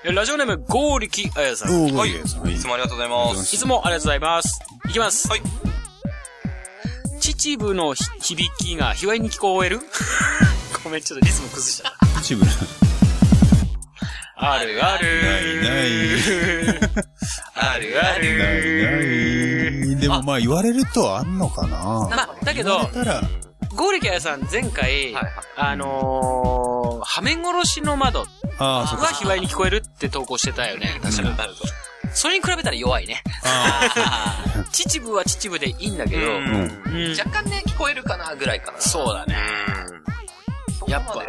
Speaker 5: えラジオネーム、ゴーリキアヤさん。
Speaker 4: お
Speaker 5: い
Speaker 4: ー、ゴリエさんはい
Speaker 6: いつもありがとうございます。
Speaker 5: つもありがとうございます。いきます。
Speaker 6: はい。
Speaker 5: 秩父の響きが、卑猥に聞こえる <laughs> ごめん、ちょっとリズム崩しちゃった。
Speaker 4: 一部。
Speaker 5: あるある
Speaker 4: な
Speaker 5: ない。
Speaker 6: あるあ
Speaker 4: な
Speaker 6: る。
Speaker 4: いない。でもまあ言われるとあんのかな。
Speaker 5: <laughs> まあ、だけど、
Speaker 4: たら、
Speaker 5: ゴーリキアヤさん前回、
Speaker 6: はいはい
Speaker 5: あのー、仮面殺しの窓
Speaker 4: ああ、そっ
Speaker 5: は
Speaker 4: か。
Speaker 5: 卑猥に聞こえるって投稿してたよね。
Speaker 6: 確かになるぞ。
Speaker 5: それに比べたら弱いね。秩父は秩父でいいんだけど、
Speaker 6: うん
Speaker 5: うん
Speaker 6: 若干ね、聞こえるかな、ぐらいかな。
Speaker 5: そうだね。
Speaker 6: うん。
Speaker 5: やっぱ、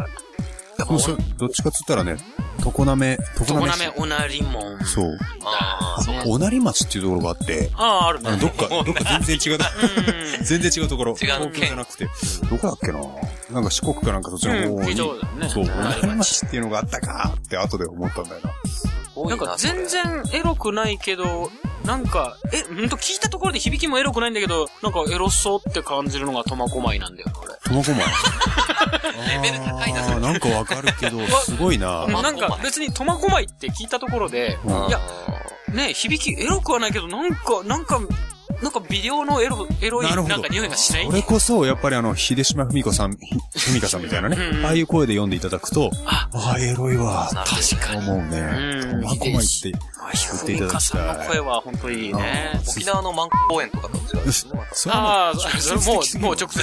Speaker 4: でもそどっちかっつったらね、常滑、
Speaker 5: 常
Speaker 4: 常滑市
Speaker 5: 滑。おなりもん。
Speaker 4: そう。
Speaker 6: あ
Speaker 4: あ小成町っていうところがあって、
Speaker 5: ああ、ある
Speaker 4: あの
Speaker 5: ね。
Speaker 4: どっか、どっか全然違う、全然違うところ。
Speaker 6: 違う
Speaker 4: 東京じゃなくて、どこだっけななんか四国かなんかそっちの
Speaker 5: うん、
Speaker 4: 方
Speaker 5: 聞
Speaker 4: に。
Speaker 5: いたことだよね。
Speaker 4: そう、小
Speaker 5: はい
Speaker 4: 成町っていうのがあったかって後で思ったんだよな。
Speaker 6: あ
Speaker 5: なんか全。然エロくないけど、なんか、え、ほんと聞いたところで響きもエロくないんだけど、なんかエロそうって感じるのが苫小牧なんだよね、<laughs>
Speaker 4: 苫小牧。
Speaker 6: レベル高いな
Speaker 4: あ
Speaker 6: それ
Speaker 4: ーなんかわかるけど、すごいな
Speaker 5: 俺。
Speaker 6: 苫小牧
Speaker 5: なんか別に苫小牧って聞いたところで、
Speaker 4: うん
Speaker 5: いや、ね、響きエロくはないけど、なんか、なんか、なんか微量のエロ、エロい、
Speaker 4: なるほど
Speaker 5: なんか匂いがしない
Speaker 4: そ。れこそ、やっぱりあの、秀島文子さん、ひ文香さんみたいなね
Speaker 5: うんう、ん
Speaker 4: ああいう声で読んでいただくと、ああ、エロいわ、
Speaker 5: 確か
Speaker 4: と
Speaker 5: に。
Speaker 4: 思うね。
Speaker 5: うん
Speaker 4: 苫小牧って言っていただ
Speaker 5: か
Speaker 4: き
Speaker 5: さんの
Speaker 4: たい
Speaker 5: 声。は本当いいね。
Speaker 6: 沖縄の万公園とかと違うしね。
Speaker 4: それはもう
Speaker 5: ああ、それもう、もう直接。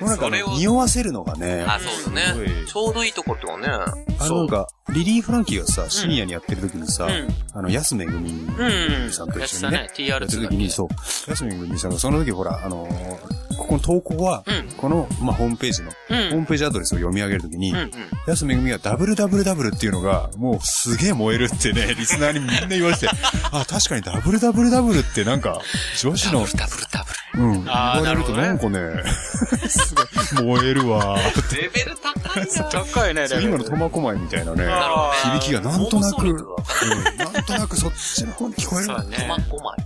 Speaker 4: もうなんかあ
Speaker 6: それ
Speaker 4: の
Speaker 6: を
Speaker 4: 匂わせるのがね、
Speaker 6: あ、そうだね。ちょうどいいとこってもね。
Speaker 4: あのなんか、リリー・フランキーがさ、深夜にやってる時にさ、
Speaker 5: うん
Speaker 4: あの、安めぐみ
Speaker 5: うん。
Speaker 4: さんと
Speaker 5: やって
Speaker 4: 一緒
Speaker 5: た
Speaker 4: にね
Speaker 5: ね、、
Speaker 4: やって
Speaker 5: TR2
Speaker 4: る
Speaker 5: だっ
Speaker 4: 時に、
Speaker 5: け。
Speaker 4: そう、安めぐみさんがその時ほら、あのーここの投稿は、
Speaker 5: うん
Speaker 4: この、まあ、ホームページの、
Speaker 5: うん
Speaker 4: ホームページアドレスを読み上げるときに、
Speaker 5: うん
Speaker 4: 安めぐみが www っていうのが、もうすげえ燃えるっ
Speaker 5: <laughs>
Speaker 4: てね、リスナーにみんな言われて、あ、確かに www ってなんか、女子の、
Speaker 5: ダブルダブ
Speaker 4: うん、言
Speaker 5: あー
Speaker 4: われるとなんかね、 <laughs> すごい燃えるわーって。
Speaker 6: レベル高い
Speaker 5: ル。高いね、
Speaker 4: そう今の苫小牧みたいなね、
Speaker 5: あー
Speaker 4: 響きがなんとなく、
Speaker 6: 放送
Speaker 4: うん
Speaker 6: 力が
Speaker 4: なんとなくそっちの方に聞こえる
Speaker 5: そ
Speaker 4: ん
Speaker 5: う
Speaker 4: だ
Speaker 5: だね。
Speaker 6: 苫小牧。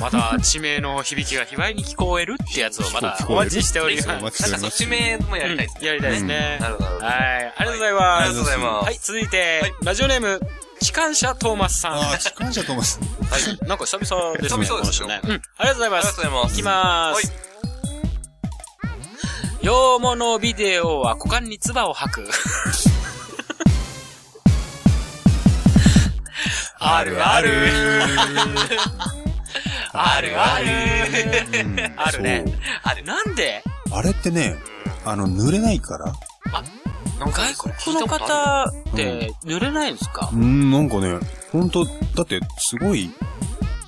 Speaker 5: また、地名の響きが卑猥に聞こえるってやつをま <laughs> た
Speaker 4: 聞こえる
Speaker 5: お待ちしており
Speaker 4: お
Speaker 5: ます。
Speaker 4: 待ちし
Speaker 6: な
Speaker 4: ており
Speaker 6: んかそっ
Speaker 4: ます
Speaker 6: ち名もやりたいですね。
Speaker 5: やりたいですね。
Speaker 6: な
Speaker 5: は
Speaker 6: るほど。
Speaker 5: い。
Speaker 6: あ
Speaker 5: ありがとうございます。
Speaker 6: りがとうございます。
Speaker 5: はい、続いて、ラジオネーム、機関車トーマスさん。
Speaker 4: ああ、痴漢者と思います。
Speaker 5: なんか久々ですね。
Speaker 6: 久々です
Speaker 5: この人
Speaker 6: よ
Speaker 5: ねうん。ありがとうござい
Speaker 6: あ
Speaker 5: ま
Speaker 6: りが
Speaker 5: す
Speaker 6: とう。ございます。
Speaker 5: いきまーす。洋物ビデオは股間に唾を吐く。あるある。あるある。
Speaker 4: うん
Speaker 5: あるね
Speaker 4: そう。
Speaker 5: ある。なんで
Speaker 4: あれってね、あの、濡れないから。
Speaker 5: 外国の方って濡れないんですか
Speaker 4: うん、なんかね、ほんと、だって、すごい、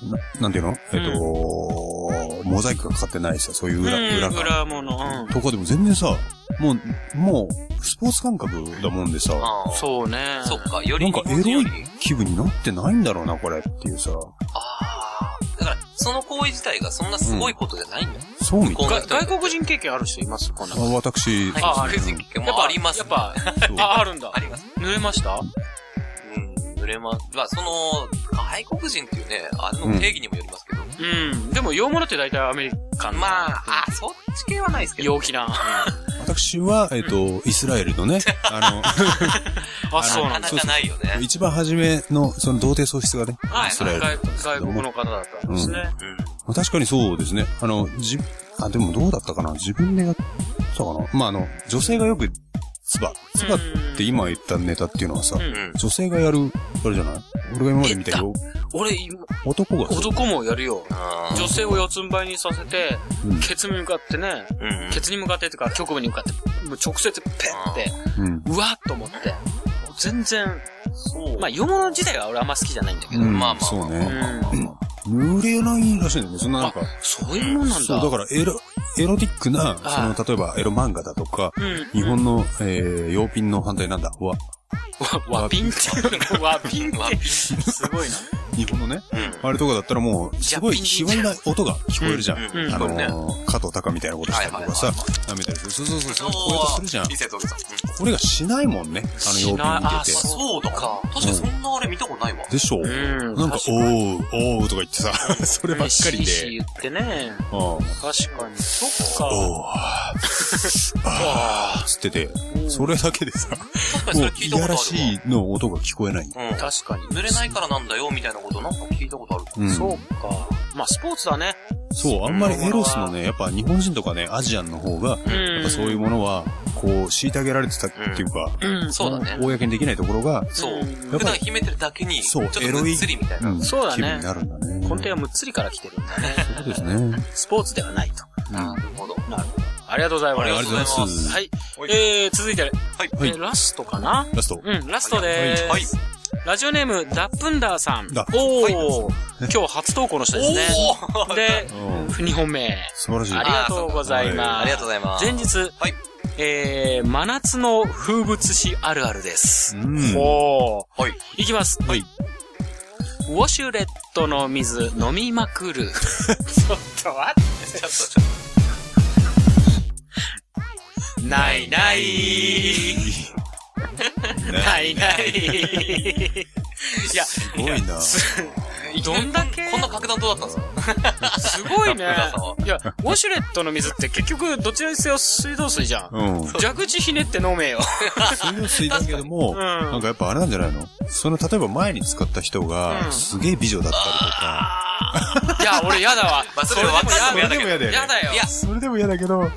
Speaker 4: ななんていうのえっと、モザイクがかかってないさ、そういう裏、
Speaker 5: うん
Speaker 4: 裏が。
Speaker 5: 裏物。うん
Speaker 4: とかでも全然さ、もう、もう、スポーツ感覚だもんでさ、
Speaker 6: あー
Speaker 5: そうね。
Speaker 6: そっか、より
Speaker 4: なん
Speaker 6: 日
Speaker 4: か
Speaker 6: 本
Speaker 4: エ
Speaker 6: 人
Speaker 4: ロ
Speaker 6: よ
Speaker 4: い
Speaker 6: り。
Speaker 4: 気分になってないんだろうな、これっていうさ。
Speaker 6: ああ。だから、その行為自体がそんなすごいことじゃないんだよ。
Speaker 4: そうみたい
Speaker 6: 向こうの
Speaker 5: が
Speaker 6: 人に
Speaker 5: 外国人経験ある人いますこんな。
Speaker 4: あ私、
Speaker 6: はい
Speaker 5: ああ
Speaker 6: 外国人経験
Speaker 5: やっ
Speaker 6: も
Speaker 5: ぱ
Speaker 6: あります
Speaker 5: やっぱ、
Speaker 4: そう
Speaker 5: あ、あるんだ。
Speaker 6: あります。
Speaker 5: 濡れました
Speaker 6: うん、濡れます。まあ、その、外国人っていうね、あの定義にもよりますけど。
Speaker 5: うん。でも、洋物って大体アメリカン。
Speaker 6: まあ、あ、そっち系はないですけど。
Speaker 5: 陽気な。
Speaker 4: 私は、えっ、と、イスラエルのね、あ
Speaker 5: あ、そうな
Speaker 6: なか
Speaker 5: んだ。
Speaker 6: なかないよね
Speaker 4: の、。 <laughs> 一番初めの、その、童貞喪失がね、
Speaker 5: はい。
Speaker 4: イスラエル。
Speaker 5: 外外国の方だったんですね。
Speaker 6: うん。
Speaker 4: 確かにそうですね。あの、じ、あ、でもどうだったかな自分でやったかなまあ、あの、女性がよく、ツバ。ツバって今言ったネタっていうのはさ、
Speaker 5: うん
Speaker 6: うん。
Speaker 4: 女性がやる、あれじゃない俺が今まで見たよ。
Speaker 5: 俺、今
Speaker 4: 男がそう。
Speaker 5: 男もやるよ。
Speaker 6: あ
Speaker 5: 女性を四つん這いにさせて
Speaker 4: うん、
Speaker 5: ケツに向かってね、
Speaker 6: ーうん。
Speaker 5: ケツに向かってとか、局部に向かって、もう直接ペッて、
Speaker 4: うん。
Speaker 5: うわーっと思って。全然、
Speaker 6: そう。
Speaker 5: まあ、洋物自体は俺あんま好きじゃないんだけど。
Speaker 4: うん
Speaker 6: まあまあ
Speaker 4: そう
Speaker 5: う
Speaker 4: ね。
Speaker 5: ん。
Speaker 4: 濡れないらしいんだよね。そんななんか。
Speaker 5: そういうもんなんだ。
Speaker 4: そう、だからエロ、エロティックな、そ
Speaker 5: あ
Speaker 4: の、例えばエロ漫画だとか、
Speaker 5: うん。
Speaker 4: 日本の、えー、用品の反対なんだ。わ。
Speaker 5: わ、わピンっていうのわピンって。すごいな。
Speaker 4: 日本のね、
Speaker 6: うん
Speaker 4: あれとかだったらもう、すごい卑猥な音が聞こえるじゃん。
Speaker 6: うんうん
Speaker 4: あの
Speaker 6: 聞こえる
Speaker 4: ー加藤隆みたいなことしたりとかさ
Speaker 6: はいは、
Speaker 4: 舐めたりする。そうそうそう、そう
Speaker 6: おー
Speaker 4: こうやってするじゃん。
Speaker 6: 伊勢徹さん。うん
Speaker 4: これがしないもんね、あの用
Speaker 5: しない
Speaker 4: 品見
Speaker 5: あ
Speaker 4: て
Speaker 5: そ
Speaker 4: て。
Speaker 6: そうだか。確かにそんなあれ見たことないわ。
Speaker 4: でしょ
Speaker 5: ん
Speaker 4: なんか、
Speaker 5: 確か
Speaker 4: お
Speaker 5: に
Speaker 4: ー、おーとか言ってさ、 <laughs> そればっか
Speaker 5: し
Speaker 4: り
Speaker 5: し
Speaker 4: で。
Speaker 5: 言ってね。
Speaker 4: うんおー、
Speaker 5: 確かに。そっか。
Speaker 4: あー、つってて、それだけでさ、
Speaker 6: 確か
Speaker 4: も
Speaker 6: にそうれ聞
Speaker 4: い
Speaker 6: いたこ
Speaker 4: や
Speaker 6: と
Speaker 4: ら
Speaker 6: あ
Speaker 4: しいの音が聞こえない。
Speaker 6: るわ。うん。
Speaker 5: 確かに。
Speaker 6: 濡れないからなんだよ、みたいなことなんか聞いたことある。
Speaker 4: うん
Speaker 5: そうか。まあ、スポーツだね。
Speaker 4: そう、あんまりエロスのね、やっぱ日本人とかね、アジアンの方が、
Speaker 5: うん。
Speaker 4: やっぱそういうものは、こう、虐げられてたっていうか、
Speaker 5: うん。
Speaker 6: そうだね。
Speaker 4: 公にできないところが、
Speaker 6: そう。
Speaker 5: うん
Speaker 6: 普段秘めてるだけに、ち
Speaker 4: そ
Speaker 6: ょ
Speaker 4: う
Speaker 6: っとむっつりみたいな。
Speaker 4: ん
Speaker 5: そうだね
Speaker 4: 気分になるんだね。
Speaker 5: 根底はむっつりから来てるんだね。
Speaker 4: <laughs> そうですね。
Speaker 5: スポーツではないと。
Speaker 6: なるほど。
Speaker 5: なるほど。ありがとうございます。
Speaker 6: ありがとうございます
Speaker 5: はい。えー、続いて、
Speaker 6: はい。
Speaker 4: はい
Speaker 5: えーラストかな
Speaker 4: ラスト。
Speaker 5: うん、ラストでーす。
Speaker 6: はい。
Speaker 5: ラジオネーム、ダップンダーさん。
Speaker 4: ダッ
Speaker 5: お
Speaker 6: はい
Speaker 5: ー、今日初投稿の人ですね。
Speaker 6: おー
Speaker 5: で、
Speaker 4: うん
Speaker 5: 2本目。
Speaker 4: 素晴らしい。
Speaker 5: ありがとうございます。
Speaker 6: ありがとうございます。
Speaker 5: 前日、
Speaker 6: はい
Speaker 5: えー、真夏の風物詩あるあるです。
Speaker 4: うん
Speaker 5: ほー。
Speaker 6: はい。
Speaker 5: いきます。
Speaker 4: はい。
Speaker 5: ウォシュレットの水飲みまく
Speaker 6: <laughs>
Speaker 5: る。ちょっと待っ。
Speaker 6: ちょっと、ちょって
Speaker 5: ないない。 <laughs> ないない。いや、
Speaker 4: すごいな。
Speaker 5: どんだけ
Speaker 6: <laughs> と、こんな格段どうだったんですか
Speaker 5: すご <laughs> いね
Speaker 6: ラップだぞ。
Speaker 5: いや、ウォシュレットの水って結局どちらにせよ水道水じゃん。 <laughs>
Speaker 4: うん。
Speaker 5: 蛇口ひねって飲めよ。
Speaker 4: 水道水だけども、
Speaker 5: ん
Speaker 4: なんかやっぱあれなんじゃないのその、例えば前に使った人
Speaker 5: う
Speaker 4: が、
Speaker 5: ん
Speaker 4: すげえ美女だったりとか、
Speaker 5: <laughs> いや、俺やだ
Speaker 4: <laughs>
Speaker 5: わ。
Speaker 6: まあそれは分かる
Speaker 4: それでも嫌だよね
Speaker 5: やだよ。
Speaker 6: いや
Speaker 4: それでも嫌だけど、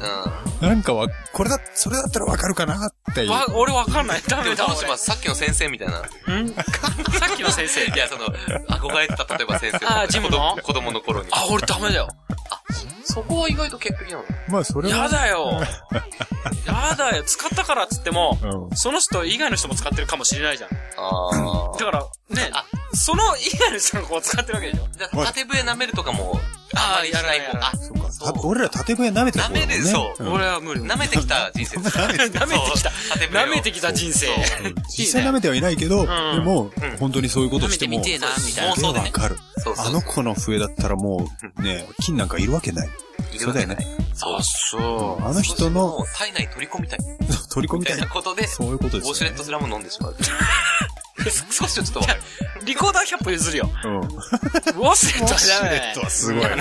Speaker 4: なんかわ、これだ、それだったらわかるかなっていう。
Speaker 5: わ、俺わかんない。ダ
Speaker 6: うん。で
Speaker 5: メ
Speaker 6: も
Speaker 5: だ
Speaker 6: ど
Speaker 5: わ。
Speaker 6: うしますさっきの先生みたいな。い
Speaker 5: 俺ん <laughs> さっきの先生。
Speaker 6: や、その、憧れてた、例えば先生。
Speaker 5: あージムの
Speaker 6: 子供の頃に。
Speaker 5: あ、俺ダメだよ。
Speaker 6: そこは意外と潔癖なの。
Speaker 4: まあ、それ
Speaker 5: や
Speaker 4: は、
Speaker 5: だよ。 <laughs> やだよ。使ったからっつっても、
Speaker 4: うん
Speaker 5: その人以外の人も使ってるかもしれないじゃん。だ
Speaker 6: あー。
Speaker 5: から、ね、
Speaker 6: あ
Speaker 5: その以外の人がこう使ってるわけでしょ。
Speaker 6: じゃあ縦笛舐めるとかも、
Speaker 5: あー
Speaker 6: あんまりしない
Speaker 5: や
Speaker 6: 方
Speaker 5: らない
Speaker 6: あ、
Speaker 4: そうか
Speaker 6: そう
Speaker 4: た俺ら縦笛舐めてた方だ
Speaker 6: 舐
Speaker 4: も
Speaker 6: め
Speaker 4: んね
Speaker 6: る、そう。
Speaker 5: 俺は無理。
Speaker 6: 舐めてきた人生です。舐め
Speaker 5: 舐めてきた。舐めてきた人生。
Speaker 4: 実際舐めてはいないけど、でも
Speaker 6: うん、
Speaker 4: 本当にそういうことしても、
Speaker 5: 舐めてみてえなみたいな
Speaker 4: すげえわかる。
Speaker 6: そうそう。
Speaker 4: あの子の笛だったらもう、ね、金なんかいるわけない。そうだよね。
Speaker 6: そう。
Speaker 5: そ
Speaker 4: あの人の、
Speaker 6: 体内取り込みたい。
Speaker 4: 取り込み
Speaker 6: み
Speaker 4: た
Speaker 6: た
Speaker 4: い
Speaker 6: いな。ことで、
Speaker 4: そういうこと
Speaker 6: ウ
Speaker 4: で
Speaker 6: ォ
Speaker 4: す
Speaker 6: シュ
Speaker 4: よ
Speaker 6: レッ
Speaker 4: ね
Speaker 6: ト。スラム飲んでしまう。少しちょっとわかる。
Speaker 5: う。リコーダー100歩譲るよ。
Speaker 4: うん。ウォ
Speaker 5: <laughs> ウォシュレットは
Speaker 4: シ
Speaker 5: ダ
Speaker 4: ュ
Speaker 5: メ
Speaker 4: レ
Speaker 5: だ
Speaker 4: ット
Speaker 5: よ
Speaker 4: は。すごい。
Speaker 5: なんか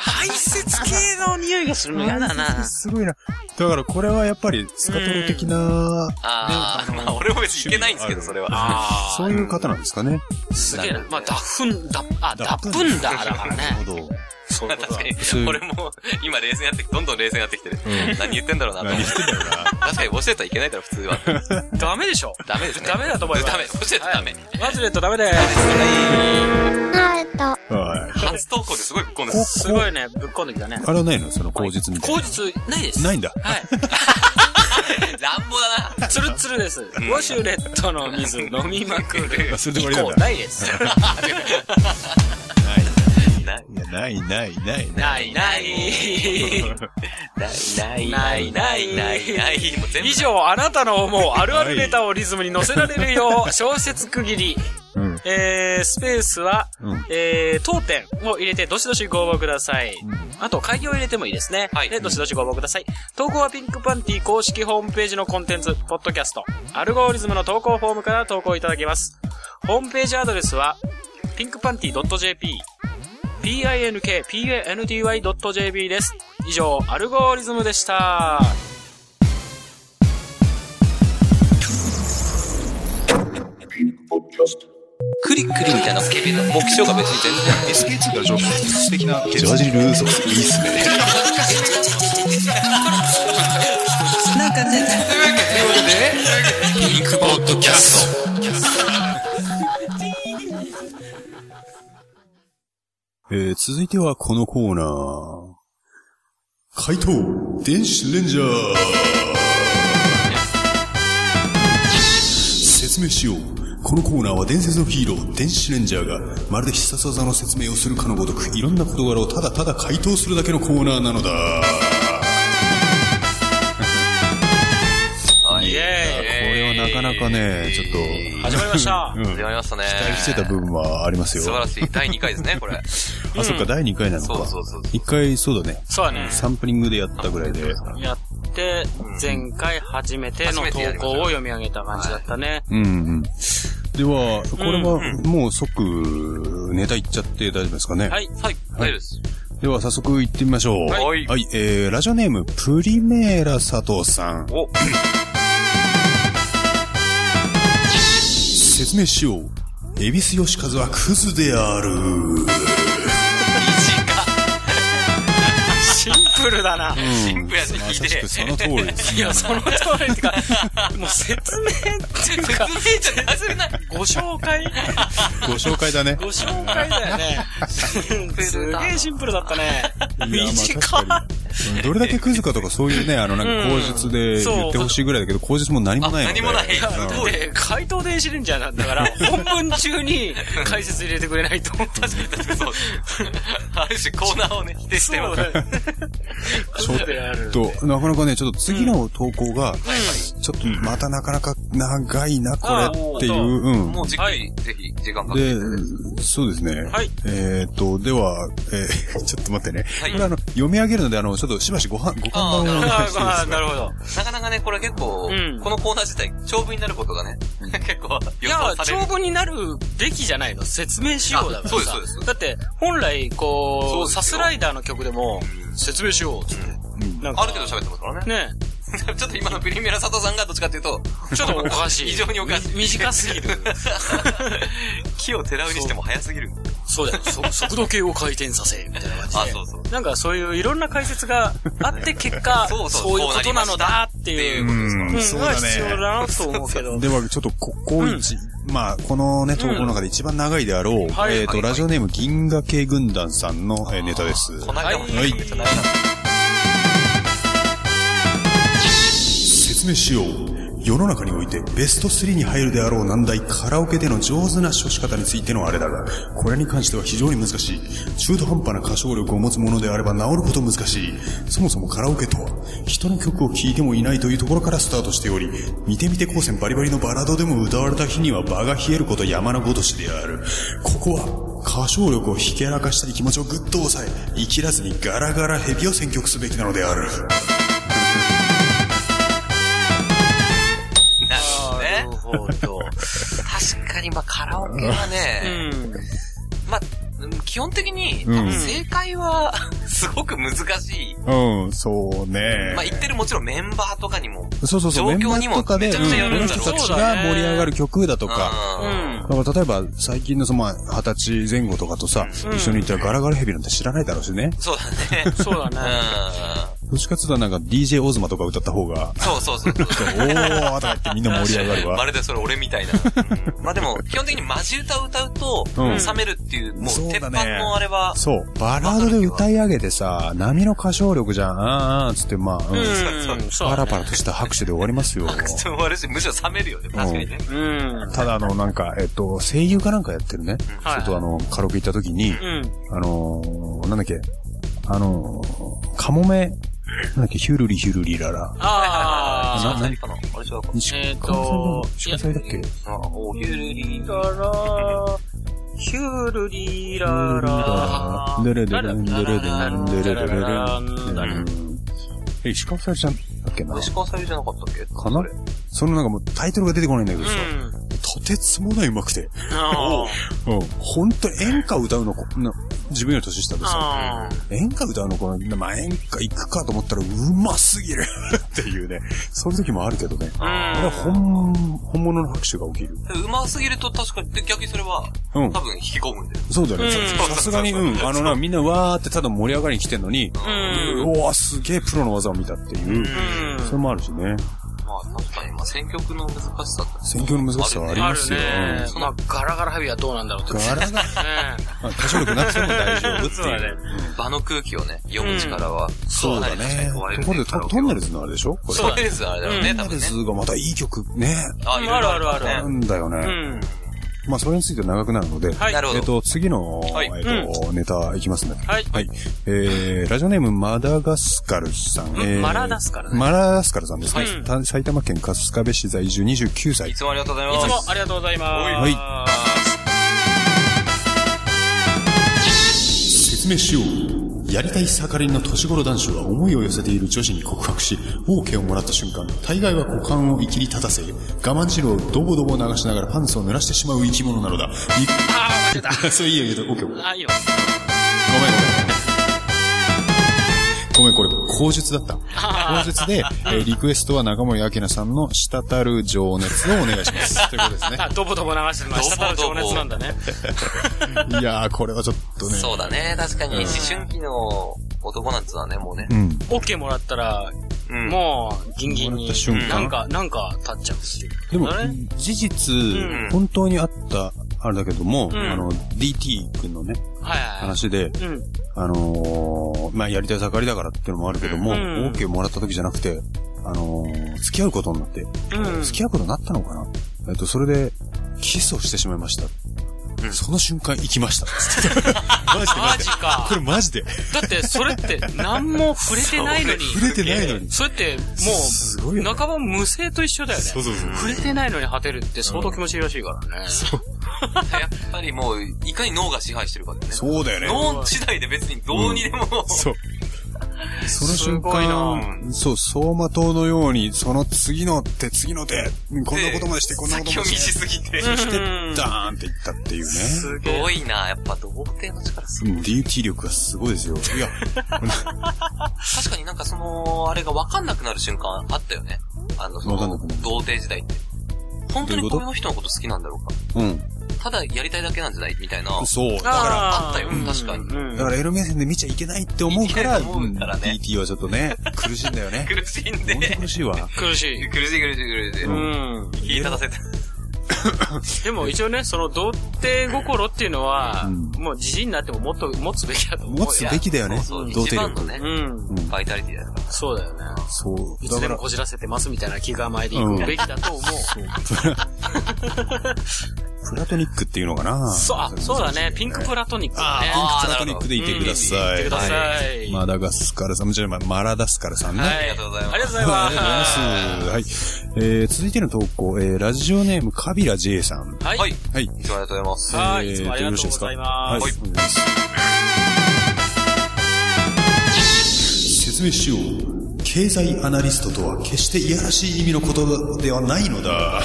Speaker 5: 排泄系の匂いがするの嫌だな。
Speaker 4: すごいな。だからこれはやっぱり、スカトロ的な、
Speaker 6: あー、
Speaker 4: ねあの
Speaker 6: まあ俺も別にいけないんですけど、それは。
Speaker 5: あ
Speaker 4: そういう方なんですかね。
Speaker 5: すげえな。まあ、ダフン、ダ、あ、ダプンダーだから
Speaker 4: なる
Speaker 5: ね。
Speaker 4: ほど。
Speaker 6: <laughs>
Speaker 5: そういうこと
Speaker 6: 確
Speaker 5: だ
Speaker 6: か。に
Speaker 4: そうい、う
Speaker 6: 俺も、今冷静になって、どんどん冷静になってきてる
Speaker 4: う。
Speaker 6: 何言ってんだろうなと思
Speaker 4: 何
Speaker 6: っ
Speaker 4: 言って
Speaker 6: て。
Speaker 4: んだよな。
Speaker 6: 確かに、ウォシュレットはいけないから、普通は。
Speaker 5: ダメでしょ。
Speaker 6: ダメですね。
Speaker 5: ダメだと思います
Speaker 6: ダメ、ウォシュレットダメ。
Speaker 5: マジレットダメです。
Speaker 1: アウト。
Speaker 4: はい。
Speaker 6: 初投稿ですごいぶっこんです
Speaker 4: こ
Speaker 5: すごいね、ぶっこんできたね。
Speaker 4: あれはないのその口述みたい
Speaker 5: 口述、ないです。
Speaker 4: な。ないんだ。
Speaker 5: はい。 <laughs>
Speaker 6: 乱暴だな。
Speaker 5: ツルツルです。ウォシュレットの水飲みま <laughs> くる。
Speaker 4: あそれで終わり
Speaker 5: 以
Speaker 4: なんだ
Speaker 5: 降ないです。 <laughs>
Speaker 6: ない
Speaker 4: いや、ないないないな
Speaker 5: ない
Speaker 4: い。
Speaker 5: ない。
Speaker 6: ないないないないない。もう全部
Speaker 5: 以上、あなたの思うあるあるネタをリズムに乗せられるよう、小説区切り、
Speaker 4: うん。
Speaker 5: えー、スペースは、
Speaker 4: うん
Speaker 5: えー、当店を入れて、どしどしご応募ください。あと、会議を入れてもいいですね。
Speaker 6: はい
Speaker 5: で、どしどしご応募ください。投稿はピンクパンティ公式ホームページのコンテンツ、ポッドキャスト、アルゴリズムの投稿フォームから投稿いただけます。ホームページアドレスは、pinkpanty.jp、pinkpanty.jp です。以上、アルゴリズムでした。
Speaker 6: クリックリみたいなスケベな目標が別に全然
Speaker 7: SK2 から上級素敵なジョージ・ルーソーいいっすね
Speaker 6: ピンクポッドキャスト
Speaker 4: えー、続いてはこのコーナー。怪盗電子レンジャー説明しよう。このコーナーは伝説のヒーロー、電子レンジャーが、まるで必殺技の説明をするかのごとく、いろんな事柄をただただ回答するだけのコーナーなのだ。
Speaker 6: は
Speaker 5: イ
Speaker 6: い
Speaker 5: ェーイ
Speaker 4: ね、ちょっと
Speaker 5: 始まりました。
Speaker 4: うん
Speaker 6: 始まりましたね
Speaker 4: 期待してた部分はありますよ。
Speaker 6: 素晴らしい第2回ですねこれ
Speaker 4: あ、そっか、第2回なのか。
Speaker 6: そうそうそう
Speaker 4: 1回、そうだね。
Speaker 5: そうだね。
Speaker 4: サンプリングでやったぐらいで。
Speaker 5: やって、前回初めての投稿を読み上げた感じだったね。
Speaker 4: うんうん。では、これはもう即、ネタいっちゃって大丈夫ですかね。
Speaker 5: はい。はい。
Speaker 6: 大丈夫です
Speaker 4: では、早速行ってみましょう。
Speaker 6: はい
Speaker 4: はい、えー、ラジオネーム、プリメーラ佐藤さん。
Speaker 6: お
Speaker 4: 説明しよう。恵比寿義和はクズである。
Speaker 5: シンプルだな。
Speaker 6: シンプルやって
Speaker 4: ま
Speaker 6: 聞
Speaker 4: さ
Speaker 6: い
Speaker 4: してくその通りです。
Speaker 5: いや、その通りってか、もう説明っていうか、
Speaker 6: 説明じゃなくない
Speaker 5: ご紹介
Speaker 4: ご紹介だね。
Speaker 5: ご紹介だよね。すげえシンプルだったね。
Speaker 4: いやまあ
Speaker 5: 短っ
Speaker 4: 確かにどれだけクズかとかそういうね、あの、なんか口実で言ってほしいぐらいだけど、口実も何もないので。
Speaker 6: あ何もない
Speaker 4: うん
Speaker 5: だって、回答電子レンジャーなんだから、本文中に解説入れてくれないと。確かに確かにそう。
Speaker 6: ある種コーナーをね否定してます
Speaker 4: ちょっと、なかなかね、ちょっと次の投稿が、ちょっとまたなかなか長いな、これっていう。うん。
Speaker 6: もうじっくりぜひ時間かけ
Speaker 4: で、
Speaker 6: て
Speaker 4: そうですね。
Speaker 5: はい
Speaker 4: えーっと、では、えー <laughs> ちょっと待ってね。
Speaker 6: はい
Speaker 4: これあの、読み上げるので、あの、ちょっとしばしごはん、ご勘弁をお願いしていいで
Speaker 5: ああ、
Speaker 4: す
Speaker 5: な
Speaker 4: か。
Speaker 5: るほど。
Speaker 6: なかなかね、これ結構、
Speaker 5: うん
Speaker 6: このコーナー自体、長文になることがね、結構
Speaker 5: い
Speaker 6: 予
Speaker 5: や
Speaker 6: 想、され
Speaker 5: 長
Speaker 6: る。
Speaker 5: 文になるべきじゃないの。説明しようだからさ。
Speaker 6: あそうですそうです
Speaker 5: だって、本来、こ
Speaker 6: そう
Speaker 5: う、
Speaker 6: です
Speaker 5: サ
Speaker 6: よ
Speaker 5: スライダーの曲でも、説明しようっつって。なんか
Speaker 6: ある程度喋ってますからね。
Speaker 5: ね
Speaker 6: ちょっと今のプリミアラ佐藤さんがどっちかっていうと、
Speaker 5: ちょっとおかしい。
Speaker 6: <laughs> 非常におかしい
Speaker 5: み短す
Speaker 6: <laughs>
Speaker 5: ぎる。
Speaker 6: 木をてらうにしても早すぎる。
Speaker 5: そうだよ。そ速度計を回転させ、みたいな感じで。
Speaker 6: あ、そうそう。
Speaker 5: なんかそういういろんな解説があって結果、
Speaker 6: <laughs> そうそう
Speaker 5: そういうことなのだっていう
Speaker 6: こ
Speaker 5: う
Speaker 6: と
Speaker 5: ん
Speaker 6: ですから
Speaker 4: うんそ
Speaker 5: が
Speaker 4: うだ
Speaker 5: 必要
Speaker 4: ね。
Speaker 5: だなと思うけど。
Speaker 4: では、ちょっと、ここ一、まあ、このね、投稿の中で一番長いであろう、
Speaker 5: はい
Speaker 4: えーっと、ラジオネーム銀河系軍団さんの、えーネタです。
Speaker 6: この間も
Speaker 4: はい
Speaker 6: めちゃ長いな
Speaker 4: 説明しよう世の中においてベスト3に入るであろう難題カラオケでの上手な処し方についてのあれだがこれに関しては非常に難しい中途半端な歌唱力を持つものであれば治ること難しいそもそもカラオケとは人の曲を聴いてもいないというところからスタートしており見てみて高専バリバリのバラードでも歌われた日には場が冷えること山のごとしであるここは歌唱力をひけらかしたり気持ちをぐっと抑え生きらずにガラガラヘビを選曲すべきなのである
Speaker 6: なるほどね。確かに、まあ、カラオケは
Speaker 5: う
Speaker 6: ね、
Speaker 5: ん。
Speaker 6: まあ、うん基本的に、
Speaker 4: うん
Speaker 6: 多分正解は、 <laughs> すごく難しい。
Speaker 4: うんそうね
Speaker 6: まあ、言ってるもちろんメンバーとかにも、
Speaker 4: そうそうそう、メン
Speaker 6: 状況
Speaker 4: バ
Speaker 6: に
Speaker 4: ー
Speaker 6: も
Speaker 4: とかで、
Speaker 6: めちゃくちゃや
Speaker 4: こ
Speaker 6: るん
Speaker 4: の
Speaker 6: だろう
Speaker 4: 人たちが盛り上がる曲だとか、
Speaker 5: う
Speaker 6: うん
Speaker 5: ん。
Speaker 4: だから例えば最近のそのまあ二十歳前後とかとさ、一緒に行ったらガラガラヘビなんて知らないだろうしね。
Speaker 6: そうだね。
Speaker 5: そうだね。
Speaker 6: う
Speaker 4: どっちかっつうとなんか DJ オズマとか歌った方が、
Speaker 6: ん。そうそうそうそう。
Speaker 4: おーとか言ってみんな盛り上がる
Speaker 6: <laughs> ま
Speaker 4: わ。
Speaker 6: るでそれ俺みたいな。うんまあでも、基本的にマジ歌を歌うと、
Speaker 4: うん
Speaker 6: 冷めるっていう、もう
Speaker 4: そう
Speaker 6: 鉄
Speaker 4: だ
Speaker 6: 板
Speaker 4: ね
Speaker 6: のあれは、
Speaker 4: そう、バラードで歌い上げてさ、波の歌唱力じゃん、あーあーつってまあ、うん
Speaker 5: うん。そう
Speaker 4: パ
Speaker 5: だ
Speaker 4: ラ
Speaker 5: ね
Speaker 4: パラとした拍手で終わります
Speaker 6: <laughs>
Speaker 4: よ。
Speaker 6: 口も悪いし、むしろ冷めるよね。確かにね。
Speaker 5: うん。
Speaker 4: ただあの、なんか、えっと、声優かなんかやってるね。
Speaker 5: はい
Speaker 4: ちょっとあの、カラオケ行った時に、
Speaker 5: うん。
Speaker 4: あのー、なんだっけ、あのー、カモメ、なんだっけ、ヒュルリヒュルリララ。
Speaker 5: あ
Speaker 6: <laughs> あ
Speaker 5: ー。
Speaker 6: あ、何かなあれ違うか。
Speaker 4: 西
Speaker 5: えー
Speaker 4: 川さん
Speaker 5: と
Speaker 4: の司会されだっけ
Speaker 6: ああ、おひゅるり。
Speaker 5: だから、
Speaker 6: ヒュルリララ。
Speaker 7: ルルルルンルルルンルルルルルン。
Speaker 4: え、石川さゆりちゃんだっけな
Speaker 6: 石川さゆりじゃなかったっけ
Speaker 4: かなそのなんかもうタイトルが出てこないんだけど
Speaker 6: う
Speaker 4: さ、
Speaker 6: ん。
Speaker 4: とてつもない上手くて。
Speaker 6: あ
Speaker 4: うん。ほんと演歌歌うの、こな自分より年下でさ、
Speaker 6: あ。
Speaker 4: 演歌歌うの、この、まあ、演歌行くかと思ったら、うますぎる <laughs> っていうね、その時もあるけどね。あれは本、本物の拍手が起きる。
Speaker 6: うますぎると確かに、逆にそれは、
Speaker 4: うん
Speaker 6: 多。分引き込むんだよ。
Speaker 4: そうだよね。
Speaker 6: うん
Speaker 4: ささすがに、うん。あのな、みんなわーってただ盛り上がりに来てんのに、
Speaker 6: うん。
Speaker 4: うわーすげえプロの技を見たっていう、それもあるしね。
Speaker 6: まあ確かに、まあ選曲の難しさって。
Speaker 4: 選挙の難しさはあり
Speaker 5: あ
Speaker 4: ま
Speaker 5: る
Speaker 4: すよ。
Speaker 5: ね
Speaker 4: うん。
Speaker 5: そんなガラガラハビはどうなんだろうって。
Speaker 4: 柄が、
Speaker 5: ね
Speaker 4: まあ歌唱力なくても大丈夫っ
Speaker 5: <laughs>
Speaker 4: て
Speaker 5: そうだね
Speaker 4: いう。
Speaker 6: 場の空気をね、読む力は、
Speaker 4: そうだね。ところで、トトンネルズのあれでしょこれ。
Speaker 6: そうです、あれだろうね、
Speaker 4: ト
Speaker 6: 多
Speaker 4: ンネ
Speaker 6: 分
Speaker 4: ル
Speaker 6: ね。
Speaker 4: ズがまたいい曲ね。
Speaker 6: あ、いろいろあるある
Speaker 4: な
Speaker 6: あるね。
Speaker 4: んだよね。
Speaker 5: うん。
Speaker 4: まあ、それについて長くなるので。
Speaker 5: はい
Speaker 6: なるほ
Speaker 4: えっ
Speaker 6: ど。
Speaker 4: と、次の、
Speaker 6: はい
Speaker 4: えっと、ネタいきますね。
Speaker 5: はい。
Speaker 4: はい。えー、ラジオネーム、マダガスカルさん。えー
Speaker 5: マラダスカルね
Speaker 4: マラダスカルさんですね
Speaker 5: はい。
Speaker 4: た埼玉県春日部市在住29歳
Speaker 6: い。つもありがとうござい
Speaker 5: いつ
Speaker 6: ま
Speaker 5: も
Speaker 6: す。
Speaker 5: ありがとうございます。
Speaker 4: はい説明しようやりたい盛りの年頃男子は思いを寄せている女子に告白し OK をもらった瞬間大概は股間をいきり立たせ我慢汁をドボドボ流しながらパンツを濡らしてしまう生き物なのだ
Speaker 5: あー、間違え
Speaker 4: それいいよいいよ OK ごめんごめん
Speaker 5: た。あ、いいよ。
Speaker 4: ごめん、これ、口述だった。口述で、えーリクエストは中森明菜さんの滴る情熱をお願い
Speaker 5: <laughs>
Speaker 4: します。ということですね。
Speaker 5: あ、ドボドボ流してるのは、下の情熱なんだね。
Speaker 4: いやー、これはちょっとね。
Speaker 6: そうだね、確かに、思春期の男なんつうのはね、もうね。
Speaker 4: うん。
Speaker 5: オッケーもらったら、
Speaker 6: うん
Speaker 5: もう、ギンギン
Speaker 4: も
Speaker 5: に
Speaker 4: らった瞬、間
Speaker 5: なんか、なんか立っちゃうし。
Speaker 4: でも
Speaker 5: あれ、
Speaker 4: 事実、
Speaker 5: ん
Speaker 4: 本当にあった、あれだけども、
Speaker 5: ん
Speaker 4: あの、DT 君のね、
Speaker 5: はいはい。
Speaker 4: 話で、
Speaker 5: うん。
Speaker 4: あのー、まあ、やりたい盛りだからっていうのもあるけども、
Speaker 5: うん
Speaker 4: OK もらった時じゃなくて、あのー、付き合うことになって、
Speaker 5: うん。
Speaker 4: 付き合うことになったのかなえっと、それで、キスをしてしまいました。その瞬間、行きました。つ
Speaker 5: <laughs>
Speaker 4: ってマジでマ
Speaker 5: マ
Speaker 4: ジで
Speaker 5: ジ。か
Speaker 4: こ。れマジで。
Speaker 5: だって、それって、何も触れてないのに。
Speaker 4: 触れてないのに
Speaker 5: それって、
Speaker 4: すごい
Speaker 5: も
Speaker 4: よ
Speaker 5: う、
Speaker 4: ね
Speaker 5: 半ば無性と一緒だよね。
Speaker 4: そうそうそう
Speaker 5: 触れてないのに果てるって相当気持ちいいらしいからね。
Speaker 6: <laughs> やっぱりもう、いかに脳が支配してるかだよね。
Speaker 4: そうだよね。
Speaker 6: 脳次第で別にどうにでも、
Speaker 4: そう。その瞬
Speaker 5: すごい
Speaker 4: 間、そう、走馬灯のように、その次の手、次の手、こんなことまでして、こんなこと
Speaker 6: 先を
Speaker 4: ま
Speaker 6: 見
Speaker 4: で
Speaker 6: し
Speaker 4: して、
Speaker 6: すぎて。
Speaker 5: そ
Speaker 4: してダーンっていったっていうね。
Speaker 6: すごいな、やっぱ童貞の力す
Speaker 4: うん DT 力がすごいですよ。いや、
Speaker 6: 確かになんかその、あれが分かんなくなる瞬間あったよね。あの、そ
Speaker 4: わかんな
Speaker 6: の
Speaker 4: くなる、
Speaker 6: 童貞時代って。本当にこの人のこと好きなんだろうか。
Speaker 4: うん。
Speaker 6: ただやりたいだけなんじゃないみたいな。
Speaker 4: そう。だか
Speaker 5: あ
Speaker 6: あったよ
Speaker 5: うん
Speaker 6: 確かに
Speaker 5: うん
Speaker 4: ら、だから L 目線で見ちゃいけないって思うから、
Speaker 6: いけないと思うからね
Speaker 4: うん DT はちょっとね、苦しいんだよね。
Speaker 6: 苦しいんで。
Speaker 4: 本
Speaker 6: <laughs>
Speaker 4: 当苦
Speaker 6: 苦し
Speaker 4: しいわ。
Speaker 5: 苦し
Speaker 6: い
Speaker 5: い。
Speaker 6: 苦しい苦しい。
Speaker 5: うん。
Speaker 6: 言い立たせて。
Speaker 5: でも一応ね、その童貞心っていうのは、
Speaker 4: うん
Speaker 5: もうじじいになってももっと持つべきだと思うよ。
Speaker 4: 持つべきだよね
Speaker 6: そう、
Speaker 4: 童
Speaker 6: 一
Speaker 4: 貞
Speaker 6: 番
Speaker 4: 力
Speaker 6: の。ね
Speaker 5: う、ん。
Speaker 4: うん
Speaker 6: バイタリティだから。
Speaker 5: そうだよね。
Speaker 4: そう。
Speaker 5: い
Speaker 4: だ
Speaker 5: つ
Speaker 4: か
Speaker 5: で
Speaker 4: ら
Speaker 5: も、こじらせてますみたいな気構えでいくべきだと思う。
Speaker 4: プラトニックっていうのかな
Speaker 5: そう、あ、そうだね。ピンクプラトニックだね。
Speaker 6: あ
Speaker 4: プラトニックでいてくだ
Speaker 5: 言っ
Speaker 4: さ
Speaker 5: て
Speaker 4: い。
Speaker 5: ください。
Speaker 4: マダガスカルさん、じゃあ、マラダスカルさんね。
Speaker 5: はい。
Speaker 6: ありがとうございます
Speaker 5: ありがとうござい
Speaker 4: あ
Speaker 5: ま
Speaker 4: り
Speaker 5: す。
Speaker 4: がとうございます。 <laughs> はい。えー、続いての投稿、えー、ラジオネーム、カビラ J さん。
Speaker 5: はい。
Speaker 6: はい。い
Speaker 4: はい。
Speaker 6: つもありがとうございます。
Speaker 5: はい
Speaker 4: えー
Speaker 5: いつもありがとうございます
Speaker 4: よろしいでかはいお願いします。説明しよう。経済アナリストとは決していやらしい意味のことではないのだ。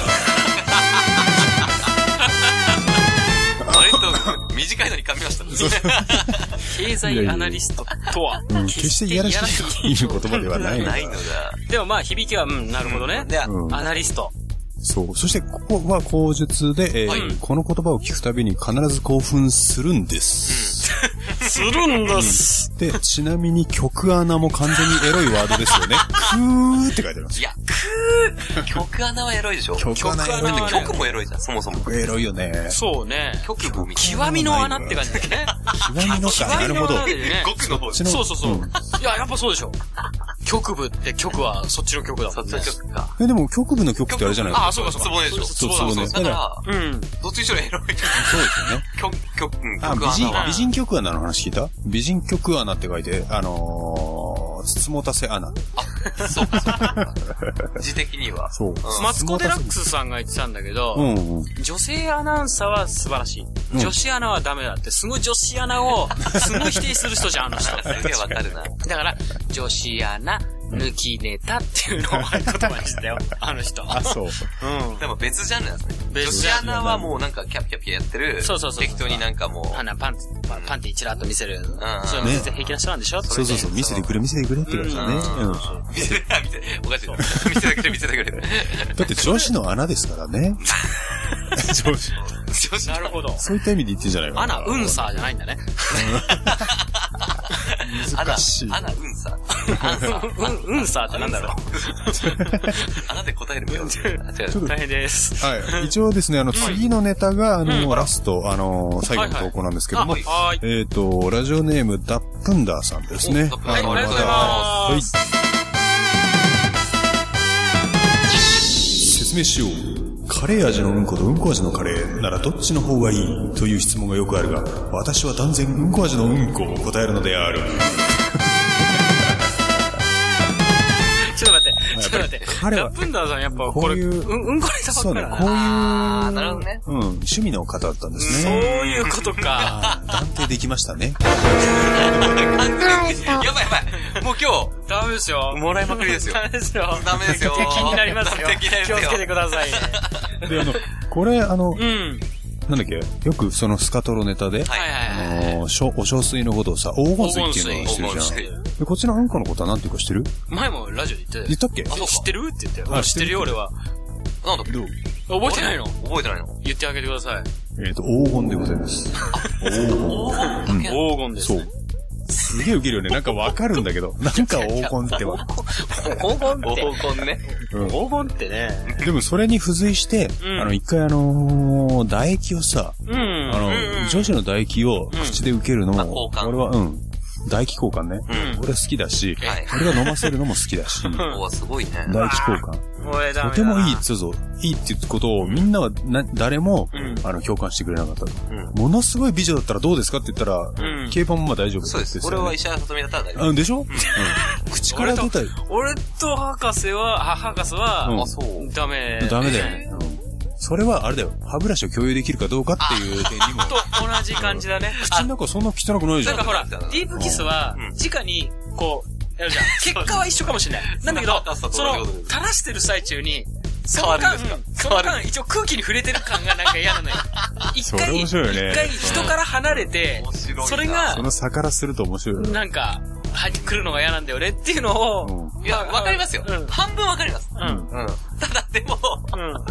Speaker 6: 割と、短いのに噛みました。
Speaker 5: 経済アナリストとは。
Speaker 4: 決していやらしい意味の言葉ではないの
Speaker 6: な
Speaker 4: だ
Speaker 6: い。のだ。
Speaker 5: でもまあ、響きは、うん、なるほどね。
Speaker 6: で、
Speaker 4: うん
Speaker 5: アナリスト。
Speaker 4: そう。そして、ここは口述で、えーこの言葉を聞くたびに必ず興奮するんです。
Speaker 5: するんです。
Speaker 4: で、ちなみに曲穴も完全にエロいワードです
Speaker 5: <laughs>
Speaker 4: よね。クーって書いてあります
Speaker 6: い。や、くー曲穴はエロいでしょ
Speaker 4: 曲穴エロい
Speaker 6: だって曲もエロいじゃん、そもそも。
Speaker 4: エロいよね。
Speaker 5: そうね。
Speaker 6: 曲部みたいな。
Speaker 5: 極みの穴って感じだね。
Speaker 4: 極みのか。なるほど。
Speaker 5: 極みの穴でね。
Speaker 6: 極の方
Speaker 4: ちの
Speaker 5: そうそうそう。
Speaker 4: ん
Speaker 5: いや、やっぱそうでしょ。局部って局はそっちの局だもんね。
Speaker 6: 曲か。
Speaker 4: え、でも局部の曲ってあれじゃない
Speaker 5: あ、そうかそう
Speaker 6: ツ
Speaker 5: か。
Speaker 6: ボねでしょ
Speaker 4: そう
Speaker 5: そう
Speaker 4: そう
Speaker 5: だ
Speaker 4: ね
Speaker 6: だから、
Speaker 5: うん。
Speaker 6: どっちにしろエロい。
Speaker 4: そうですよね。
Speaker 6: 曲、曲、うん、
Speaker 4: あ、
Speaker 6: 曲
Speaker 4: 美
Speaker 6: 穴
Speaker 4: 人
Speaker 6: は。、
Speaker 4: 美人曲穴の話聞いた美人曲穴って書いて、あのー、は、つもたせアナ。
Speaker 6: そうかそうか。字的には。
Speaker 4: そう。
Speaker 5: マツコ・デラックスさんが言ってたんだけど、
Speaker 4: うんうん。
Speaker 5: 女性アナウンサーは素晴らしい。
Speaker 4: うん
Speaker 5: 女子アナはダメだって、すごい女子アナを、すごい否定する人じゃん、あの人。
Speaker 6: すげえわかるな。
Speaker 5: だから、女子アナ、抜きネタっていうのを合言葉にしたよ、あの人。
Speaker 4: あ、そう。
Speaker 6: でも別ジャンルなんですね。女
Speaker 5: 別ジ
Speaker 6: 子
Speaker 5: ャ
Speaker 6: ア
Speaker 5: ンル
Speaker 6: ナはもうなんかキャピキャピやってる。
Speaker 5: そうそうそう
Speaker 6: 適当になんかもう。
Speaker 5: 花パンツ、パパンティチラッと見せる。
Speaker 6: ん
Speaker 5: それも全然平気な人なんでしょ
Speaker 4: そうそうそう。見せてくれ、見せてくれって言われたね。うん。
Speaker 6: 見せて、見せて、おかしい。見せてくれ、見せてくれ。
Speaker 4: だって女子の穴ですからね。女子。
Speaker 6: 女子
Speaker 5: なるほど。
Speaker 4: そういった意味で言ってんじゃないかな。
Speaker 5: アナ、ウンサーじゃないんだね。
Speaker 6: アナ
Speaker 4: 難しい、
Speaker 6: アナ、うんさ。
Speaker 5: うん、うんさーってなんだろう。
Speaker 6: アナで答えるみたいな。あ違う。
Speaker 5: 大変です。
Speaker 4: はい。 <laughs> 一応ですね、あの、次のネタが、あの、ラスト、あの、最後の投稿なんですけども、
Speaker 5: はーい。
Speaker 4: えっと、ラジオネーム、ダップンダーさんですね。
Speaker 6: おダップンダー
Speaker 4: の
Speaker 6: ありがとうござい
Speaker 5: ます
Speaker 4: またはい説明しよう。カレー味のうんことうんこ味のカレーならどっちの方がいいという質問がよくあるが、私は断然うんこ味のうんこを答えるので
Speaker 6: <laughs>
Speaker 4: ある。
Speaker 5: ちょっと待って、ちょっと待って。
Speaker 4: 彼は
Speaker 5: ラップンダーさんやっぱ、こ
Speaker 4: こう
Speaker 5: れ、
Speaker 4: い
Speaker 5: う
Speaker 4: う
Speaker 5: ん、うんこれたば
Speaker 4: そう
Speaker 5: っか
Speaker 4: ね
Speaker 5: だ、
Speaker 4: こういう
Speaker 5: な。、
Speaker 6: あー、なるほどね。
Speaker 4: うん、趣味の方だったんです
Speaker 5: そう
Speaker 4: ね。
Speaker 5: いうこと
Speaker 4: <laughs>
Speaker 5: か。
Speaker 4: 断定できましたね。
Speaker 1: アウト。
Speaker 6: やばいやばい。もう
Speaker 5: <laughs>
Speaker 6: 今
Speaker 5: ダメですよ。
Speaker 6: 日、もらいまくりですよ。
Speaker 5: ダメですよ。
Speaker 6: ダメですよ。
Speaker 5: <laughs> 気になりますよ
Speaker 6: <laughs> 気にな。り
Speaker 5: 気を
Speaker 6: ます
Speaker 5: つ
Speaker 6: よ
Speaker 5: けてくださいね。
Speaker 4: で、あの、これ、あの
Speaker 5: う、ん。
Speaker 4: なんだっけ、よくそのスカトロネタで、
Speaker 5: はい
Speaker 6: は
Speaker 5: はいはい。
Speaker 4: あのーしょお小水のことをさ、黄金水っていうのをしてる
Speaker 6: 黄金
Speaker 4: じゃん
Speaker 6: 水。
Speaker 4: で、こっちのうんこのことは何ていうか知ってる
Speaker 5: 前もラジオで言って
Speaker 4: 言ったっけ
Speaker 5: たよ。知ってるって言って。
Speaker 4: あ
Speaker 5: うん知ってるよ、俺は。
Speaker 6: なんだ
Speaker 4: どう
Speaker 5: 覚えてないの
Speaker 6: 覚えてないの
Speaker 5: 言ってあげてください。
Speaker 4: えっ、と、黄金でございます。
Speaker 5: 黄金です
Speaker 4: そ
Speaker 5: ね。
Speaker 4: う。すげえウケるよね。なんかわかるんだけど。なんか黄金ってわ。
Speaker 5: 黄金って、
Speaker 6: 合コンね。
Speaker 4: うん
Speaker 5: 黄金ってね。
Speaker 4: でもそれに付随して、
Speaker 5: うん
Speaker 4: あの、一回あのー唾液をさ、
Speaker 5: うん。
Speaker 4: あの、女子の唾液を口で受けるのも、
Speaker 6: あ交換
Speaker 4: 俺は、うん。唾液交換ね。俺は好きだし、
Speaker 6: はい
Speaker 4: 俺は飲ませるのも好きだし、唾
Speaker 6: おー、すごいね。
Speaker 4: 液交換。
Speaker 5: 俺ダメだ
Speaker 4: とてもいい、そうそう、いいってことをみんなはな、誰も、
Speaker 5: うん
Speaker 4: あの、共感してくれなかった、ものすごい美女だったらどうですかって言ったら、
Speaker 5: ん
Speaker 4: 競馬もまあ大丈夫
Speaker 6: そうです。
Speaker 4: って
Speaker 6: こ
Speaker 4: 言
Speaker 6: れ
Speaker 4: ってたよ
Speaker 6: は
Speaker 4: ね
Speaker 6: 石原さとみだったら大丈
Speaker 4: うん、でしょ、うん、口から出たい。
Speaker 5: 俺と博士は、あ博士は、
Speaker 6: 夫。そう。
Speaker 5: ダメ。
Speaker 4: ダメだよね。うんそれはあれだよ。歯ブラシを共有できるかどうかっていう点にも。
Speaker 5: と同じ感じだね。
Speaker 4: 口の中そんな汚くないじ
Speaker 5: なん
Speaker 4: ゃん。
Speaker 5: かほら、ディープキスは、直に、こう、やるじゃん。結果は一緒かもしれない。なんだけど、
Speaker 6: そうそう
Speaker 5: そ
Speaker 6: そう
Speaker 5: の
Speaker 6: そう、
Speaker 5: 垂らしてる最中に、
Speaker 6: 変わるんですか
Speaker 5: その間、その間一応空気に触れてる感がなんか嫌なのよ。一
Speaker 4: それ
Speaker 5: 回、
Speaker 4: 面
Speaker 5: 一
Speaker 4: 白いよね
Speaker 5: 回人から離れて
Speaker 6: 面白い、な
Speaker 5: それ
Speaker 4: そ
Speaker 5: が、
Speaker 4: の差からすると面白いよね。
Speaker 5: なんか、入ってくるのが嫌なんだよねっていうのを、
Speaker 4: うん
Speaker 6: いや、わかりますよ
Speaker 5: うん。
Speaker 6: 半分わかります。
Speaker 5: うん。
Speaker 6: うん。ただ、でも、
Speaker 5: うん。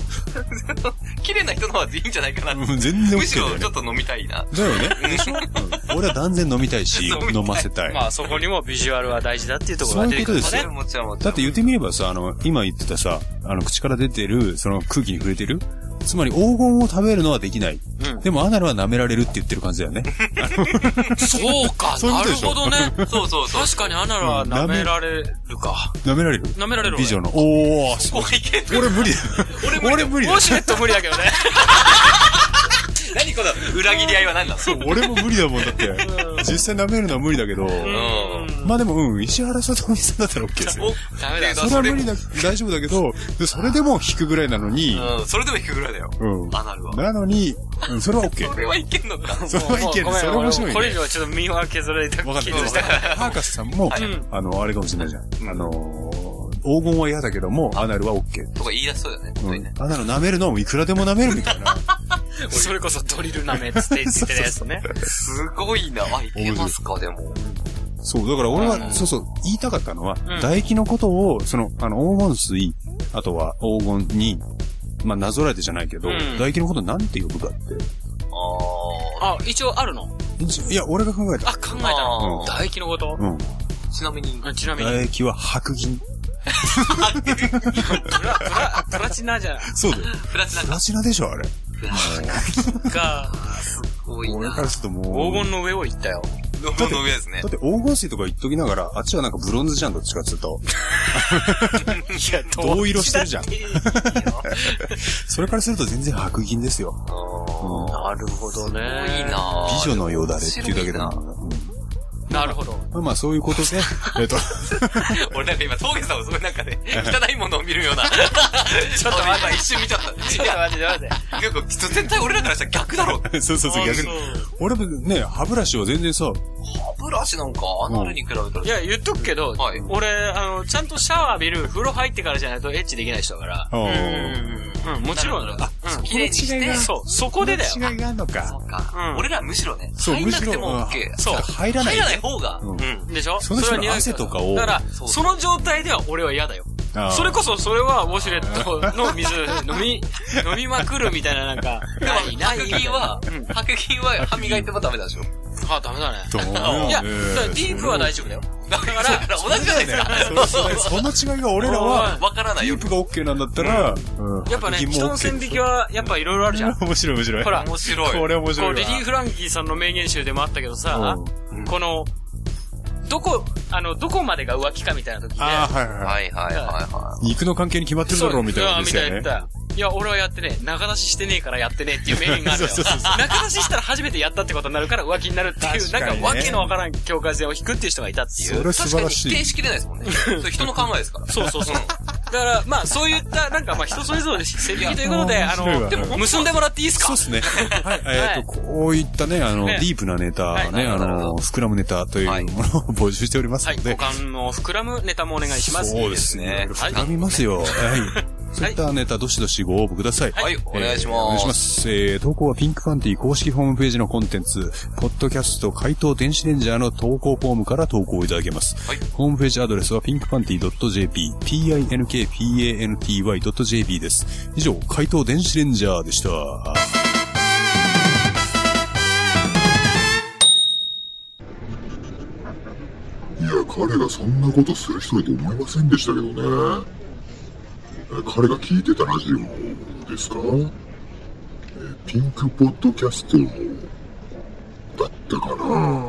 Speaker 6: <laughs> 綺麗な人の方がいいんじゃないかな。
Speaker 4: うん全然 OK
Speaker 6: むし
Speaker 4: だよ
Speaker 6: ろ
Speaker 4: ね
Speaker 6: ちょ。っと飲みたいな。
Speaker 4: だよね。でしょ、うん俺は断然飲みたい
Speaker 5: <laughs>
Speaker 4: し、
Speaker 6: 飲みたい
Speaker 4: 飲ませたい。
Speaker 5: まあそこにもビジュアルは大事だっていうところが出てくるの
Speaker 4: そういう
Speaker 5: ね
Speaker 4: こ。
Speaker 6: もちろんもちろん。
Speaker 4: だって言ってみればさ、あの、今言ってたさ、あの、口から出てる、その空気に触れてるつまり黄金を食べるのはできない。でもアナルは舐められるって言ってる感じだよね。
Speaker 5: そうか、
Speaker 4: そういうこ
Speaker 5: な
Speaker 4: と
Speaker 5: る
Speaker 4: でしょ
Speaker 5: ほどね。
Speaker 6: そうそうそう。
Speaker 5: 確かにアナルは舐められるか。
Speaker 4: 舐められる
Speaker 5: 舐められる俺
Speaker 4: 美女の。おー、すごい。俺無理だよ。俺無理だ
Speaker 5: ウォ
Speaker 4: よ。
Speaker 5: シュレット無理だけ
Speaker 4: <laughs>
Speaker 5: どね。
Speaker 6: 何この裏切り合いは何なの
Speaker 4: 俺も無理だもん、だって。実際舐めるのは無理だけど。まあでも、うん、石原さとみさんだったら OK ですよ。
Speaker 5: ダメだ。
Speaker 4: それは無理だ、大丈夫だけど、でそれでも引くぐらいなのに、
Speaker 6: うん、それでも引くぐらいだよ。
Speaker 4: うん。
Speaker 6: アナルは。
Speaker 4: なのに、うんそれは OK。
Speaker 6: それはいけんのか。
Speaker 4: それはいける。それ面白いね。
Speaker 5: これ以上はちょっと身は削られた
Speaker 4: わかった。
Speaker 5: 削した
Speaker 4: ハーカスさんも、あの、あれかもしれないじゃん。あのー、黄金は嫌だけども、アナルは OK。
Speaker 6: とか言い出しそうだよね、本当
Speaker 4: う
Speaker 6: にね
Speaker 4: ん。。アナル舐めるのもいくらでも舐めるみたいな。
Speaker 5: それこそドリル舐めっつって言ってたやつね。
Speaker 6: すごいな。あ、いけますか、でも。
Speaker 4: そう、だから俺
Speaker 6: う
Speaker 4: は、
Speaker 6: ん
Speaker 4: そうそう、言いたかったのは、
Speaker 5: ん
Speaker 4: 唾液のことを、その、あの、黄金水、あとは黄金に、まあ、なぞらえてじゃないけど、
Speaker 5: うん
Speaker 4: 唾液のことなんて呼ぶかっ
Speaker 6: あ
Speaker 5: あ、一応あるの
Speaker 4: て。いや、俺が考え
Speaker 5: あ、
Speaker 4: た。
Speaker 5: 考えた
Speaker 4: う
Speaker 5: の。
Speaker 4: ん
Speaker 5: 唾液のこと
Speaker 4: うん。
Speaker 6: ー。ちなみに、
Speaker 5: あちなみに、
Speaker 4: 唾液は白銀。
Speaker 5: プラ、プラ、プラチナじゃん
Speaker 4: そうだよ。
Speaker 6: プラチナ
Speaker 4: プラチナでしょ、あれ。
Speaker 5: か。
Speaker 6: 多い
Speaker 4: 俺
Speaker 6: な。
Speaker 4: からするともう。
Speaker 5: 黄金の上を行ったよ。
Speaker 6: のぶの上ですね
Speaker 4: だ。って黄金水とか言っときながら、あっちはなんかブロンズじゃん、どっちかっつうと。
Speaker 5: いや、
Speaker 4: 同色してるじゃん。それからすると全然白銀ですよ。
Speaker 6: あー
Speaker 4: うん
Speaker 5: なるほどね。
Speaker 6: 多いな。
Speaker 4: 美女のようだれっていうだけだな。
Speaker 6: 面白いな
Speaker 4: うん
Speaker 5: なるほど。
Speaker 4: まあまあ、そういうこと
Speaker 5: <laughs>
Speaker 4: で、えっと、
Speaker 6: <laughs>
Speaker 4: <laughs>
Speaker 6: 俺なんか今、峠さんをすごいなんかね、汚いものを見るような。ちょっと今一瞬見ちゃ
Speaker 5: <laughs>
Speaker 6: った。いや、
Speaker 5: 待って待って。
Speaker 6: 結構、絶対俺らからしたら逆だろ。
Speaker 4: そうそうそう、逆に。俺もね、歯ブラシは全然さ、
Speaker 6: 歯ブラシなんか、アナルに比べたら。
Speaker 5: いや、言っとくけど、
Speaker 6: はい
Speaker 5: 俺、あの、ちゃんとシャワー浴びる、風呂入ってからじゃないとエッチできない人だから。
Speaker 4: あ
Speaker 6: う
Speaker 4: ー
Speaker 6: ん。
Speaker 5: うん、もちろんだよ。うん
Speaker 6: 綺麗にして。
Speaker 5: そう、そこでだよ。
Speaker 4: 違いがあるの
Speaker 6: そ
Speaker 4: か。
Speaker 6: うか、
Speaker 5: うん
Speaker 6: 俺らむしろね、
Speaker 4: そう
Speaker 6: 入んなくても
Speaker 4: むしろ
Speaker 6: OK。
Speaker 5: そう。
Speaker 4: 入らない
Speaker 6: 入。らない方が、
Speaker 4: うん
Speaker 5: うん。でしょ
Speaker 4: その人
Speaker 5: れ
Speaker 4: の
Speaker 5: は匂い
Speaker 4: 汗とかを
Speaker 5: だから、
Speaker 6: そう
Speaker 5: その状態では俺は嫌だよ。
Speaker 4: あー
Speaker 5: それこそ、それはウォシュレットの水、飲み、
Speaker 4: <laughs>
Speaker 5: 飲みまくるみたいななんか。
Speaker 6: でも、白銀は、白銀は歯磨いてもダメなんでしょ。
Speaker 5: あ、ダメだね。
Speaker 4: どうも
Speaker 5: いや、だか
Speaker 4: ね
Speaker 5: らディープは大丈夫だよ。
Speaker 6: だから、同じじゃないですか。
Speaker 4: それそれその違いが俺
Speaker 5: <laughs>
Speaker 4: らは、
Speaker 6: わからない
Speaker 4: ディ
Speaker 6: よ
Speaker 4: ー。プが OK なんだったら、うん
Speaker 5: やっぱね、
Speaker 4: 疑問
Speaker 5: 人の
Speaker 4: OK
Speaker 5: 線引きは、やっぱいろいろあるじゃん。
Speaker 4: <laughs> 面白い面白い。
Speaker 5: ほら、
Speaker 6: 面白い。
Speaker 4: これ面
Speaker 5: こう、
Speaker 4: 白いわ。
Speaker 5: リリー・フランキーさんの名言集でもあったけどさ、
Speaker 6: ん
Speaker 5: この、どこ、あの、どこまでが浮気かみたいな時で、
Speaker 4: ああ、はいはいは。
Speaker 6: はいはいはいはい
Speaker 4: 肉の関係に決まって
Speaker 5: い
Speaker 4: るだろうみたいな
Speaker 5: うんみ
Speaker 4: こと
Speaker 5: た
Speaker 4: で
Speaker 5: いな言
Speaker 4: すよ
Speaker 5: っ
Speaker 4: ね。
Speaker 5: た。いや、俺はやってねえ。中出ししてねえからやってねえっていう名言があるよ。
Speaker 4: そう
Speaker 5: <laughs>
Speaker 4: そうそう
Speaker 5: 中出ししたら初めてやったってことになるから浮気になるっていう、
Speaker 4: 確かにね
Speaker 5: なんかわけのわからん境界線を引くっていう人がいたっていう
Speaker 4: そ。れ
Speaker 6: い。
Speaker 4: 素
Speaker 6: 確
Speaker 4: 晴
Speaker 6: からに
Speaker 4: し
Speaker 6: 否
Speaker 4: い
Speaker 6: 定。しきれないですもんね。それ人の考えですから。
Speaker 5: そうそうそう。だから、まあ、そういった、なんか、まあ、人それぞれセリフということで、
Speaker 4: 面
Speaker 5: あ
Speaker 4: 白いわ
Speaker 5: の、でも、結んでもらっていいですか
Speaker 4: そうですね。はい。えっと、こういったね、あの、
Speaker 5: ね
Speaker 4: ディープなネタ、
Speaker 5: はい
Speaker 4: ね、あの、スクラムネタという
Speaker 6: はい
Speaker 4: ものを募集しております
Speaker 5: はい、
Speaker 4: ので
Speaker 5: 股。間の膨らむネタもお願いします。
Speaker 4: そうですね。
Speaker 5: はい
Speaker 4: 膨らみますよ。はい。そういったネタ、どしどしご応募ください。
Speaker 6: はい、お願いし
Speaker 4: えーお
Speaker 6: ま
Speaker 4: 願いし
Speaker 6: す。<laughs>
Speaker 4: ます。えー、投稿はピンクパンティ公式ホームページのコンテンツ、ポッドキャスト回答電子レンジャーの投稿フォームから投稿いただけます。
Speaker 6: はい
Speaker 4: ホームページアドレスは pinkpanty.jp、pinkpanty.jp です。以上、回答電子レンジャーでした。
Speaker 8: いや、彼がそんなことする人だと思いませんでしたけどね。え彼が聞いてたラジオですかえピンクポッドキャストだったかな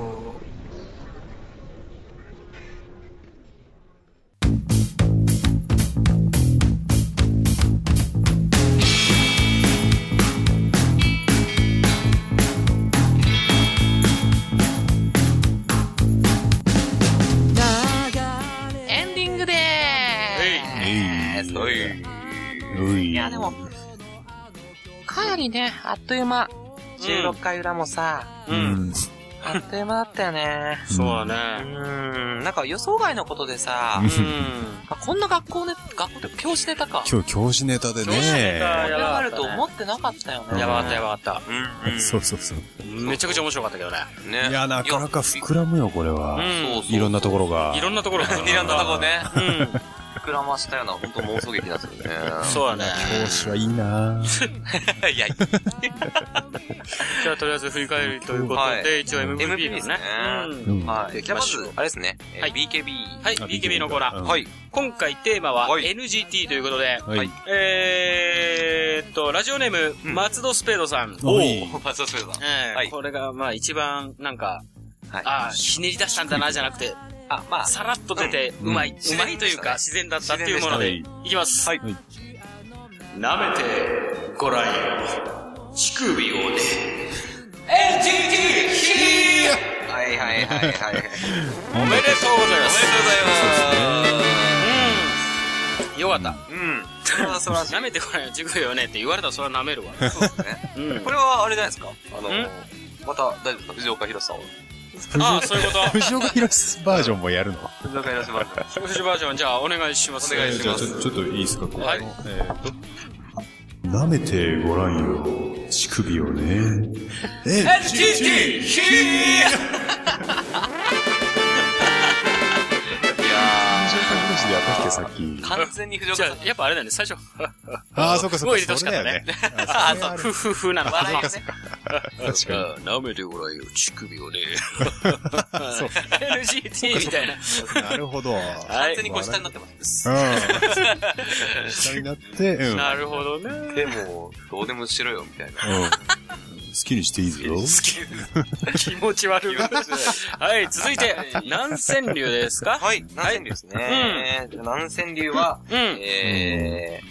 Speaker 3: エンディングで
Speaker 4: え
Speaker 6: おい
Speaker 3: ーす。いや、でも、かなりね、あっという間。16回裏もさ、
Speaker 5: う。
Speaker 4: うんん。
Speaker 6: あっという間だったよね。
Speaker 5: そう
Speaker 6: う
Speaker 5: だね。
Speaker 6: ーん、なんか予想外のことでさ、
Speaker 4: うん
Speaker 5: うん。
Speaker 6: あこんな学校ね、学校って教師ネタか。
Speaker 4: 今日教師ネタで
Speaker 5: 教師ネ
Speaker 4: ね。
Speaker 5: タ
Speaker 6: 盛り
Speaker 5: やば
Speaker 6: 上が
Speaker 5: か
Speaker 6: る
Speaker 5: った
Speaker 6: と
Speaker 5: ね
Speaker 6: 思ってなかったよね。
Speaker 5: やばかったや
Speaker 6: ば
Speaker 5: ばかっ
Speaker 6: うん、う
Speaker 4: <laughs>
Speaker 6: ん。
Speaker 4: そうそうそう。
Speaker 5: た。めちゃくちゃ面白かったけどね。
Speaker 6: ね。
Speaker 4: いや、なかなか膨らむよ、これは。
Speaker 5: うん
Speaker 4: いろんなところが。
Speaker 5: いろんなところが。
Speaker 6: <laughs> いろんなとこね、
Speaker 5: うん。
Speaker 6: 膨らましたような、本当妄想劇だったよ <laughs> ね。
Speaker 5: そうだね。
Speaker 4: 教師はい
Speaker 5: <laughs>
Speaker 4: いなぁ。
Speaker 6: い <laughs> や、
Speaker 5: じゃあ、とりあえず振り返るというこ
Speaker 6: は
Speaker 5: とで、
Speaker 6: い
Speaker 5: 一応 MVP のね。
Speaker 6: MVP
Speaker 5: うん
Speaker 6: はい。じゃあまず、あれですね、えー
Speaker 5: はい
Speaker 6: BKB。
Speaker 5: はい、BKB のコーナー。
Speaker 4: うん
Speaker 6: はい。
Speaker 5: 今回テーマは
Speaker 6: はい
Speaker 5: NGT ということで、
Speaker 4: はい。
Speaker 5: えーっと、ラジオネーム、
Speaker 6: うん
Speaker 5: 松戸スペードさん。
Speaker 4: お
Speaker 5: え
Speaker 4: い。
Speaker 6: パススペードさん。
Speaker 5: え
Speaker 6: はい
Speaker 5: これが、まあ、一番、なんか、
Speaker 6: はい
Speaker 5: ああ、ひねり出したんだな、じゃなくて、
Speaker 6: あ、まあ、
Speaker 5: さらっと出て、
Speaker 4: うん
Speaker 5: うまい、
Speaker 6: うん
Speaker 5: うまいというか、自然だったっていうもので、い
Speaker 4: 自
Speaker 5: きます。
Speaker 6: はい
Speaker 4: はい
Speaker 5: 舐めて、ごらんよ。乳首をね。
Speaker 6: はいはいはい <laughs> はい。おめ
Speaker 5: おめ
Speaker 6: でとう
Speaker 5: でとうございます。
Speaker 6: ございま
Speaker 5: うん。よかった。
Speaker 6: す。うん。それは素晴らしい
Speaker 5: 舐めてごらんよ、乳首をねって言われたらそれは舐めるわ。
Speaker 6: ですね。
Speaker 5: うん。
Speaker 6: これはあれじゃないですかあの
Speaker 5: ん、
Speaker 6: また、大丈夫ですか藤岡弘さんを。
Speaker 5: ああ、そういうこと。
Speaker 4: 藤岡弘バージョンもやるの
Speaker 6: 藤岡弘さん。は
Speaker 5: 食事バージョン、じゃあ、お願いします。
Speaker 6: お願いし
Speaker 4: じゃ
Speaker 6: ま
Speaker 4: あち
Speaker 6: す
Speaker 4: ょちょっといいですかこれ
Speaker 5: はい
Speaker 4: えーと舐めてごらんよ乳首を
Speaker 5: <laughs>
Speaker 4: ねえでやったっけさっき
Speaker 6: 完全に藤
Speaker 5: じ
Speaker 6: 岡 <laughs> さ
Speaker 5: ゃ
Speaker 6: ん。
Speaker 5: あ、やっぱあれだよね、最初、
Speaker 4: ああそっか
Speaker 5: <laughs>
Speaker 4: そっ
Speaker 5: も
Speaker 4: か
Speaker 5: う入れてほしかったね
Speaker 4: それだよ
Speaker 5: あ <laughs>
Speaker 4: あ、
Speaker 5: そう、ふ
Speaker 4: そ
Speaker 5: ふふなの。
Speaker 6: 笑いがね。
Speaker 4: 確かに
Speaker 5: 舐めてごらんよ、乳首をね。LGT みたいな。<laughs>
Speaker 4: なるほど <laughs> う
Speaker 5: は
Speaker 6: 完全
Speaker 5: い。
Speaker 6: にこう下になってます。
Speaker 4: ん下になってうんうん
Speaker 5: なるほどね。
Speaker 6: <laughs> でも、どうでもしろよ、みたいな。
Speaker 4: 好きにしていいぞ
Speaker 5: 気持ち悪い。はい、続いて、南千流です
Speaker 6: <laughs>
Speaker 5: か
Speaker 6: はい、南千流ですね。じゃあ南千流は、
Speaker 5: うん。
Speaker 6: えー、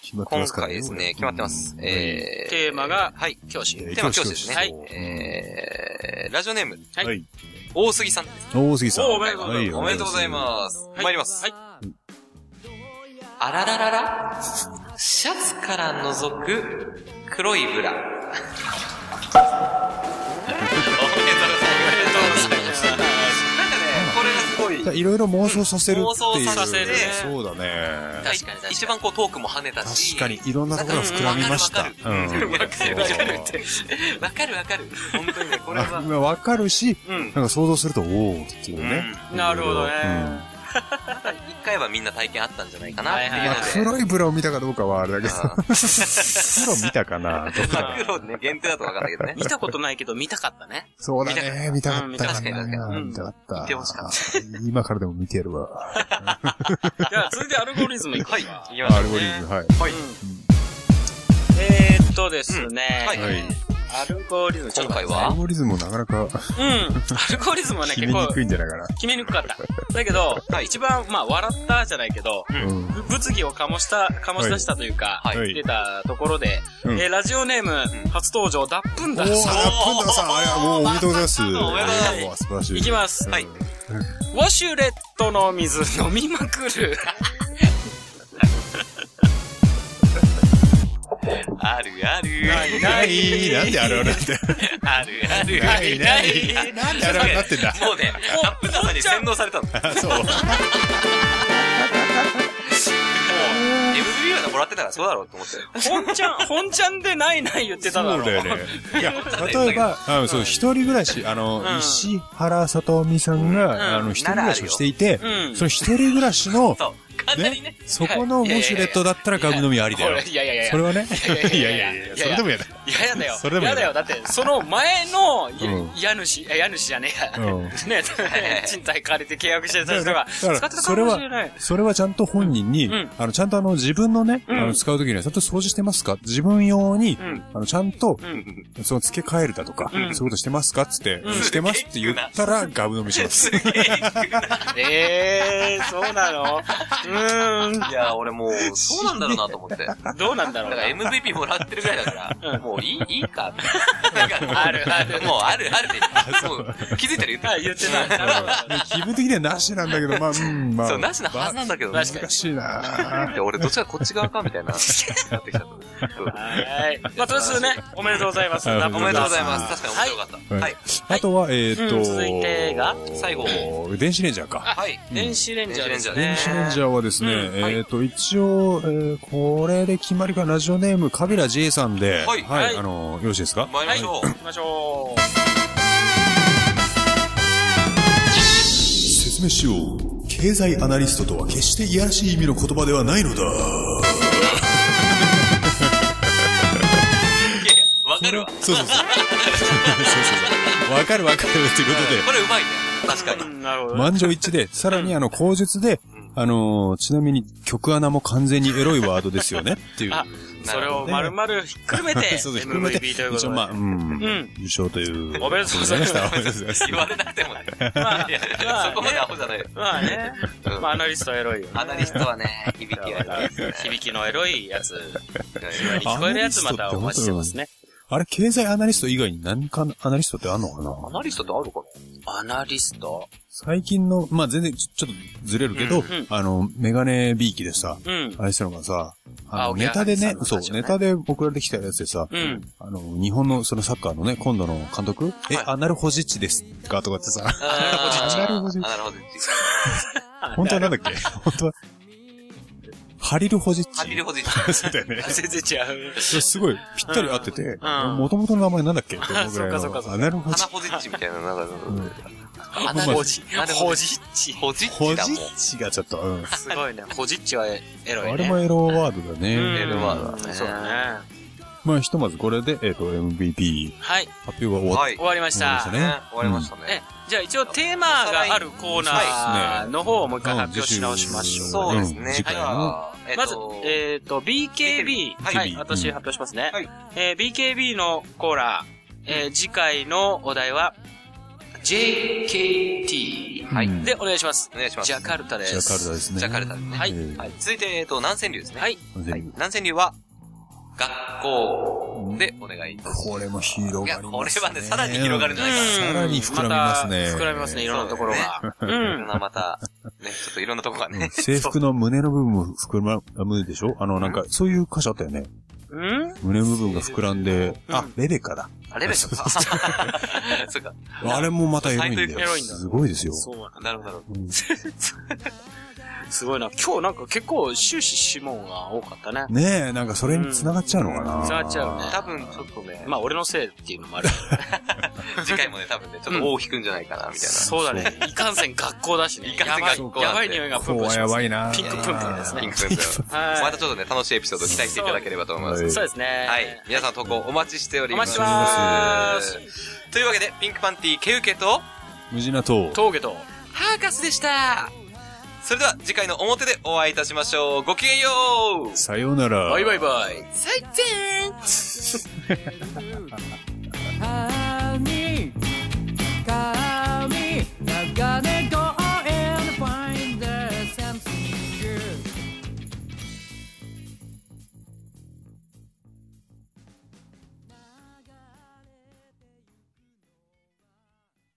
Speaker 4: 決まって
Speaker 6: 今
Speaker 4: ますから
Speaker 6: 回ですね、決まってます。えー、
Speaker 5: テーマが
Speaker 6: はい、
Speaker 5: 教師。
Speaker 6: テーマ教師ですね。
Speaker 4: はい
Speaker 6: えー、ラジオネーム、
Speaker 5: はい
Speaker 4: はい
Speaker 6: 大杉さんです。
Speaker 4: 大杉さん。
Speaker 5: おおめでとうございます
Speaker 4: はい
Speaker 6: おめでとうございます。参ります。
Speaker 5: はい。
Speaker 6: あららららシャツから覗く黒いブラ。おめでとうございます。おめでとうございます。なんかね、これがすごい。
Speaker 4: いろいろ妄想させるっていう。
Speaker 6: 妄想させるね
Speaker 4: そうだね。
Speaker 6: 確かに一番こうトークも跳ねたし。
Speaker 4: 確かに、いろんなところが膨らみました。
Speaker 6: わ
Speaker 4: う
Speaker 6: うん
Speaker 4: ん。
Speaker 6: わかるわかるって。わかるわかる。本当にね、これは。
Speaker 4: あわかるし、
Speaker 6: うん。
Speaker 4: なんか想像すると、おおっていうね。
Speaker 5: なるほどね
Speaker 4: うん
Speaker 6: なんか一回はみんな体験あったんじゃないかなって
Speaker 4: まあ、
Speaker 6: いうので。
Speaker 4: 黒いブラを見たかどうかはあれだ
Speaker 6: <laughs>
Speaker 4: けど、黒見たかなどう
Speaker 6: まあ
Speaker 4: だ
Speaker 6: 黒ね、限定だとわかんないけどね。
Speaker 5: 見たことないけど見たかったね。
Speaker 4: そうだね。見たかった
Speaker 6: うん見たかった確かに
Speaker 4: 見たかった。
Speaker 6: 見てほしか
Speaker 4: 今からでも見てやるわ。
Speaker 5: <laughs> じゃあ、続いてアルゴリズムいくか。はい。
Speaker 6: いきま
Speaker 4: ア
Speaker 6: す
Speaker 4: ルゴリ
Speaker 6: ね
Speaker 4: ズム、はい。
Speaker 5: はい。えーっとですね。
Speaker 6: うんはい
Speaker 4: はい
Speaker 5: アルゴリズム、ちょっ
Speaker 6: 今
Speaker 5: と待っ
Speaker 6: 回
Speaker 5: て
Speaker 4: アル
Speaker 6: は
Speaker 4: ゴリズムもなかなか
Speaker 5: うん。アルゴリズムはね、結
Speaker 4: 決めに
Speaker 5: 構、
Speaker 4: くいんじゃないかな。
Speaker 5: 決めにくかった。だけど、一番、まあ、笑ったじゃないけど、
Speaker 4: うん。
Speaker 5: ぶ物議を醸した、醸し出したというか、
Speaker 4: はいはい
Speaker 5: 出たところで、
Speaker 4: うん
Speaker 5: えーラジオネーム、初登場、ダップン
Speaker 4: お
Speaker 5: ダ
Speaker 4: ー、
Speaker 5: ー
Speaker 4: ラ
Speaker 5: さん。
Speaker 4: ップンダーさん、あいやもうおめでとうございます。お
Speaker 6: おめでとうございます
Speaker 4: ー素晴らしい。
Speaker 5: いきます。はい。ウォシュレットの水飲みまくる。
Speaker 6: あるある。
Speaker 5: ないな
Speaker 4: ないなんであるあるなんて。
Speaker 6: あるある。
Speaker 4: ないない。なんであるあるになってんだ。
Speaker 6: もうね、ラップダさんに洗脳されたの。
Speaker 4: あそう。
Speaker 6: MV はもらってたからそうだろうと思って。
Speaker 5: 本ちゃん、本ちゃんでないない言ってただろ。
Speaker 4: そうだよね。いや、例え
Speaker 6: <laughs>
Speaker 4: ば、あの、そう、一人暮らし、あの、石原さとみさんが、あの、一人暮らしをしていて、
Speaker 5: うん
Speaker 4: その一人暮らしの、
Speaker 6: そう。簡単にね。
Speaker 4: そこのウォシュレットだったらガム飲みありだよ。
Speaker 5: いやいやいやいや
Speaker 4: それはね。
Speaker 5: い
Speaker 4: い
Speaker 5: やい
Speaker 4: やい
Speaker 5: や
Speaker 4: や
Speaker 5: いや
Speaker 4: いや、それでもやだ。
Speaker 5: いや、やだよ。
Speaker 4: それでも
Speaker 5: や
Speaker 4: や
Speaker 5: だ
Speaker 4: だ
Speaker 5: よ。だって、その前の、い
Speaker 4: うん
Speaker 5: 家主、え家主じゃねえや。
Speaker 4: うん
Speaker 5: <laughs> ね、賃貸借りて契約してた人が、使って
Speaker 4: だか
Speaker 5: た
Speaker 4: ら
Speaker 5: かもしれない。
Speaker 4: それはちゃんと本人に、
Speaker 5: ん
Speaker 4: あの、ちゃんとあの、自分のね、
Speaker 5: ん
Speaker 4: あの、使うときには、ちゃんと掃除してますか自分用に、
Speaker 5: ん
Speaker 4: あの、ちゃんと、
Speaker 5: ん
Speaker 4: その、付け替えるだとか、
Speaker 5: うん
Speaker 4: そういうことしてますかつって、してますって言ったら、ガブ飲みし
Speaker 6: <laughs>
Speaker 4: ます。
Speaker 5: ええー、そうなのうーん、
Speaker 6: いや、俺もう、そうなんだろうなと思って。だか
Speaker 5: どうなんだろう
Speaker 6: ら
Speaker 5: な。
Speaker 6: MVP もらってるぐらいだから、もういい、いいか。なんか、
Speaker 5: あるある
Speaker 6: もうあるあるで、もう気づいたら言って
Speaker 5: あ
Speaker 6: た。
Speaker 5: 言ってない。なるほど
Speaker 4: 気分的にはなしなんだけど、まあ、うん、まあ。
Speaker 6: そう、なしなはずなんだけどね。
Speaker 5: 確か
Speaker 4: 難しいなぁ
Speaker 6: で俺どっちかこっち側かみたいな。なってきちゃった。うん
Speaker 5: はい。まあ、とりあえずね、おめでとうございます。
Speaker 4: ありが
Speaker 6: お
Speaker 4: とう
Speaker 6: めでとうござい
Speaker 5: す。
Speaker 6: ます。確かに面白かった。
Speaker 4: はい
Speaker 6: はい。
Speaker 4: あとは、えーっ
Speaker 5: うん
Speaker 4: と、
Speaker 5: 続いてが
Speaker 6: 最後
Speaker 4: 電子レンジャーか。
Speaker 6: はい。
Speaker 5: 電子レンジャーですね。
Speaker 4: 電子レンジャーはですね、
Speaker 5: うん
Speaker 4: えーっと、一応、えーこれで決まりか、ラジオネーム、カビラ J さんで、
Speaker 6: はい
Speaker 5: はい
Speaker 4: あの、よろしいですか
Speaker 6: 参りましょう。
Speaker 5: 行きましょ
Speaker 4: 説明しよう。経済アナリストとは決していやらしい意味の言葉ではないのだ。
Speaker 6: わかるわ。
Speaker 4: そうそうそう。 <laughs> そうそうそう。わかるわかるっていうことで、
Speaker 6: これうまいね。確かに
Speaker 5: う。。 <laughs> うんなるほど。
Speaker 4: 満場一致で、さらにあの、口述で、あのーちなみに曲穴も完全にエロいワードですよねっていう。
Speaker 5: あそれを丸々ひっくるめて、
Speaker 4: <laughs> そうそう、含めて
Speaker 5: MVP というこ
Speaker 4: 一
Speaker 5: と
Speaker 4: 応
Speaker 5: で。
Speaker 4: まあ、うん。
Speaker 5: ん
Speaker 4: 優勝という。
Speaker 5: おめでとうございます
Speaker 4: おめでとうございました
Speaker 6: 言われなくてもね。
Speaker 5: まあ
Speaker 6: いや
Speaker 5: まあ
Speaker 6: そこまでアホじゃないよ。
Speaker 5: まあね。
Speaker 6: うん
Speaker 5: まあ、アナリストはエロいよね。
Speaker 6: アナリストはね、響きがいいですね。
Speaker 5: 響きのエロいやつ。
Speaker 6: 響き
Speaker 5: 聞こえるやつまたお待ちしてますね。
Speaker 4: あれ、経済アナリスト以外に何かアナリストってあんのか
Speaker 6: <laughs> ア
Speaker 4: な
Speaker 6: ナリストってあるか
Speaker 5: アナリスト
Speaker 4: 最近の、まあ、全然ちょ、ちょっとずれるけど、
Speaker 5: ん
Speaker 4: あの、メガネビーキでさ、
Speaker 5: うん。
Speaker 4: あれしたのがさ、あ
Speaker 5: 青
Speaker 4: の、
Speaker 5: 木
Speaker 4: ネタで
Speaker 5: さん
Speaker 4: ね
Speaker 5: の、話
Speaker 4: そ
Speaker 5: を
Speaker 4: う
Speaker 5: ね、
Speaker 4: ネタで送られてきたやつでさ、
Speaker 5: うん。
Speaker 4: あの、日本のそのサッカーのね、今度の監督、え、アナルホジッチですかとかってさ、
Speaker 6: な
Speaker 4: アナルホジッチ
Speaker 6: あ、なるほど。
Speaker 4: <laughs> 本当はなんだっけ本当は、ハリルホジッチ
Speaker 6: ハリルホジッ
Speaker 4: そうだよね。
Speaker 5: 全然違う。
Speaker 4: すごいぴったり合ってて、
Speaker 5: ん
Speaker 4: もともとの名前なんだっ
Speaker 6: <laughs>
Speaker 4: けって思うぐらい
Speaker 5: そっかそっかそっ
Speaker 4: の。
Speaker 5: か
Speaker 4: アナルホジ
Speaker 6: 花
Speaker 4: ッ
Speaker 6: ホジッチみたいな、なんか、
Speaker 5: アナホジ。ホジッチ。
Speaker 6: ホジッ
Speaker 4: ホ
Speaker 6: チだ
Speaker 4: ジ
Speaker 6: もん。
Speaker 4: ッチがちょっと、うん。
Speaker 5: すごいね。ホジッチはエロいね。
Speaker 4: あれもエロワードだね。
Speaker 5: うんエロ
Speaker 6: ワードだね
Speaker 5: そうだね。
Speaker 4: まあ、ひとまずこれで、えっと、MVP
Speaker 5: はい。
Speaker 4: 発表が終わっ
Speaker 6: はい。
Speaker 5: 終わりまし
Speaker 4: 終わ
Speaker 5: た
Speaker 4: りました。ね
Speaker 6: ね終わりました
Speaker 5: え
Speaker 6: ね。、
Speaker 5: じゃあ一応テーマがあるコーナーの方をもう一回発表し直しましょう。
Speaker 6: そうですね
Speaker 4: うん。次回の
Speaker 6: はい
Speaker 5: まず、
Speaker 6: えっ
Speaker 5: えっ、と、BKB。
Speaker 6: はい
Speaker 5: はい、
Speaker 4: うん
Speaker 5: 私発表しますね。
Speaker 6: はい
Speaker 5: えー BKB のコーラー、えー次回のお題は、JKT。
Speaker 4: はい
Speaker 5: で、お願いします。
Speaker 6: お願いします
Speaker 5: ジャカルタで
Speaker 4: た。ジ
Speaker 5: す。
Speaker 4: ャカルタですね。
Speaker 6: ジャカルタですね
Speaker 5: はい
Speaker 4: え
Speaker 6: と、はい。続いて、えっと、南千流ですね。
Speaker 5: はい。
Speaker 4: ー
Speaker 6: はい。南千流は、学校、んでお願いいたします。
Speaker 4: これも広がりますね。
Speaker 6: いやこれはねさらに広がるんじゃないかな
Speaker 4: さらに膨らみますね。
Speaker 5: また膨らみますね、いろんなところが。
Speaker 6: うん。いろんなまた、ね、ちょっといろんなとこがね。
Speaker 4: 制服の胸の部分も膨らむでしょあの、なんか、そういう箇所あったよね。
Speaker 6: うん
Speaker 4: 胸部分が膨らんで、あ、レベカだ。
Speaker 5: <laughs>
Speaker 6: あれでしょ <laughs> そうか。
Speaker 4: あれもまたエロいん
Speaker 5: サイト
Speaker 4: だ
Speaker 5: エ
Speaker 4: よ。
Speaker 5: ロいんだ
Speaker 4: すごいですよ。
Speaker 5: そうなんだ
Speaker 6: なるほど。
Speaker 5: すごいな。今日なんか結構終始指紋が多かったね。
Speaker 4: ねえ、なんかそれに繋がっちゃうのかな。
Speaker 5: うん繋がっちゃうね
Speaker 6: 多分ちょっとね、
Speaker 5: まあ俺のせいっていうのもある。
Speaker 6: 次回もね、多分ね、ちょっと大きくんじゃないかな、
Speaker 4: <laughs>
Speaker 6: みたいな。
Speaker 5: そうだね。いかんせん学校だしね。
Speaker 6: いかんせん学校
Speaker 5: や
Speaker 6: だ
Speaker 5: ばいやばい
Speaker 6: ね
Speaker 5: 匂いがプンプ
Speaker 4: こう
Speaker 5: ン
Speaker 4: は
Speaker 5: し
Speaker 4: や
Speaker 5: ます。
Speaker 4: ばいな。
Speaker 5: ピンクプンプンですね
Speaker 6: ピンク
Speaker 5: <laughs>
Speaker 6: ですよ
Speaker 5: はい
Speaker 6: またちょっとね、楽しいエピソード期待していただければと思います。
Speaker 4: はい
Speaker 5: そうですね。
Speaker 6: はい。皆さん投稿お待ちしており
Speaker 5: お
Speaker 6: ま
Speaker 5: 待ちし
Speaker 6: す。
Speaker 5: てます。
Speaker 6: というわけで、ピンクパンティー、ケウケと、
Speaker 4: 無事なと。
Speaker 5: 峠と、
Speaker 3: ハーカスでした
Speaker 6: それでは次回の表でお会いいたしましょう。ごきげんよう
Speaker 4: さようなら。
Speaker 5: バイバイバイ。
Speaker 3: 最前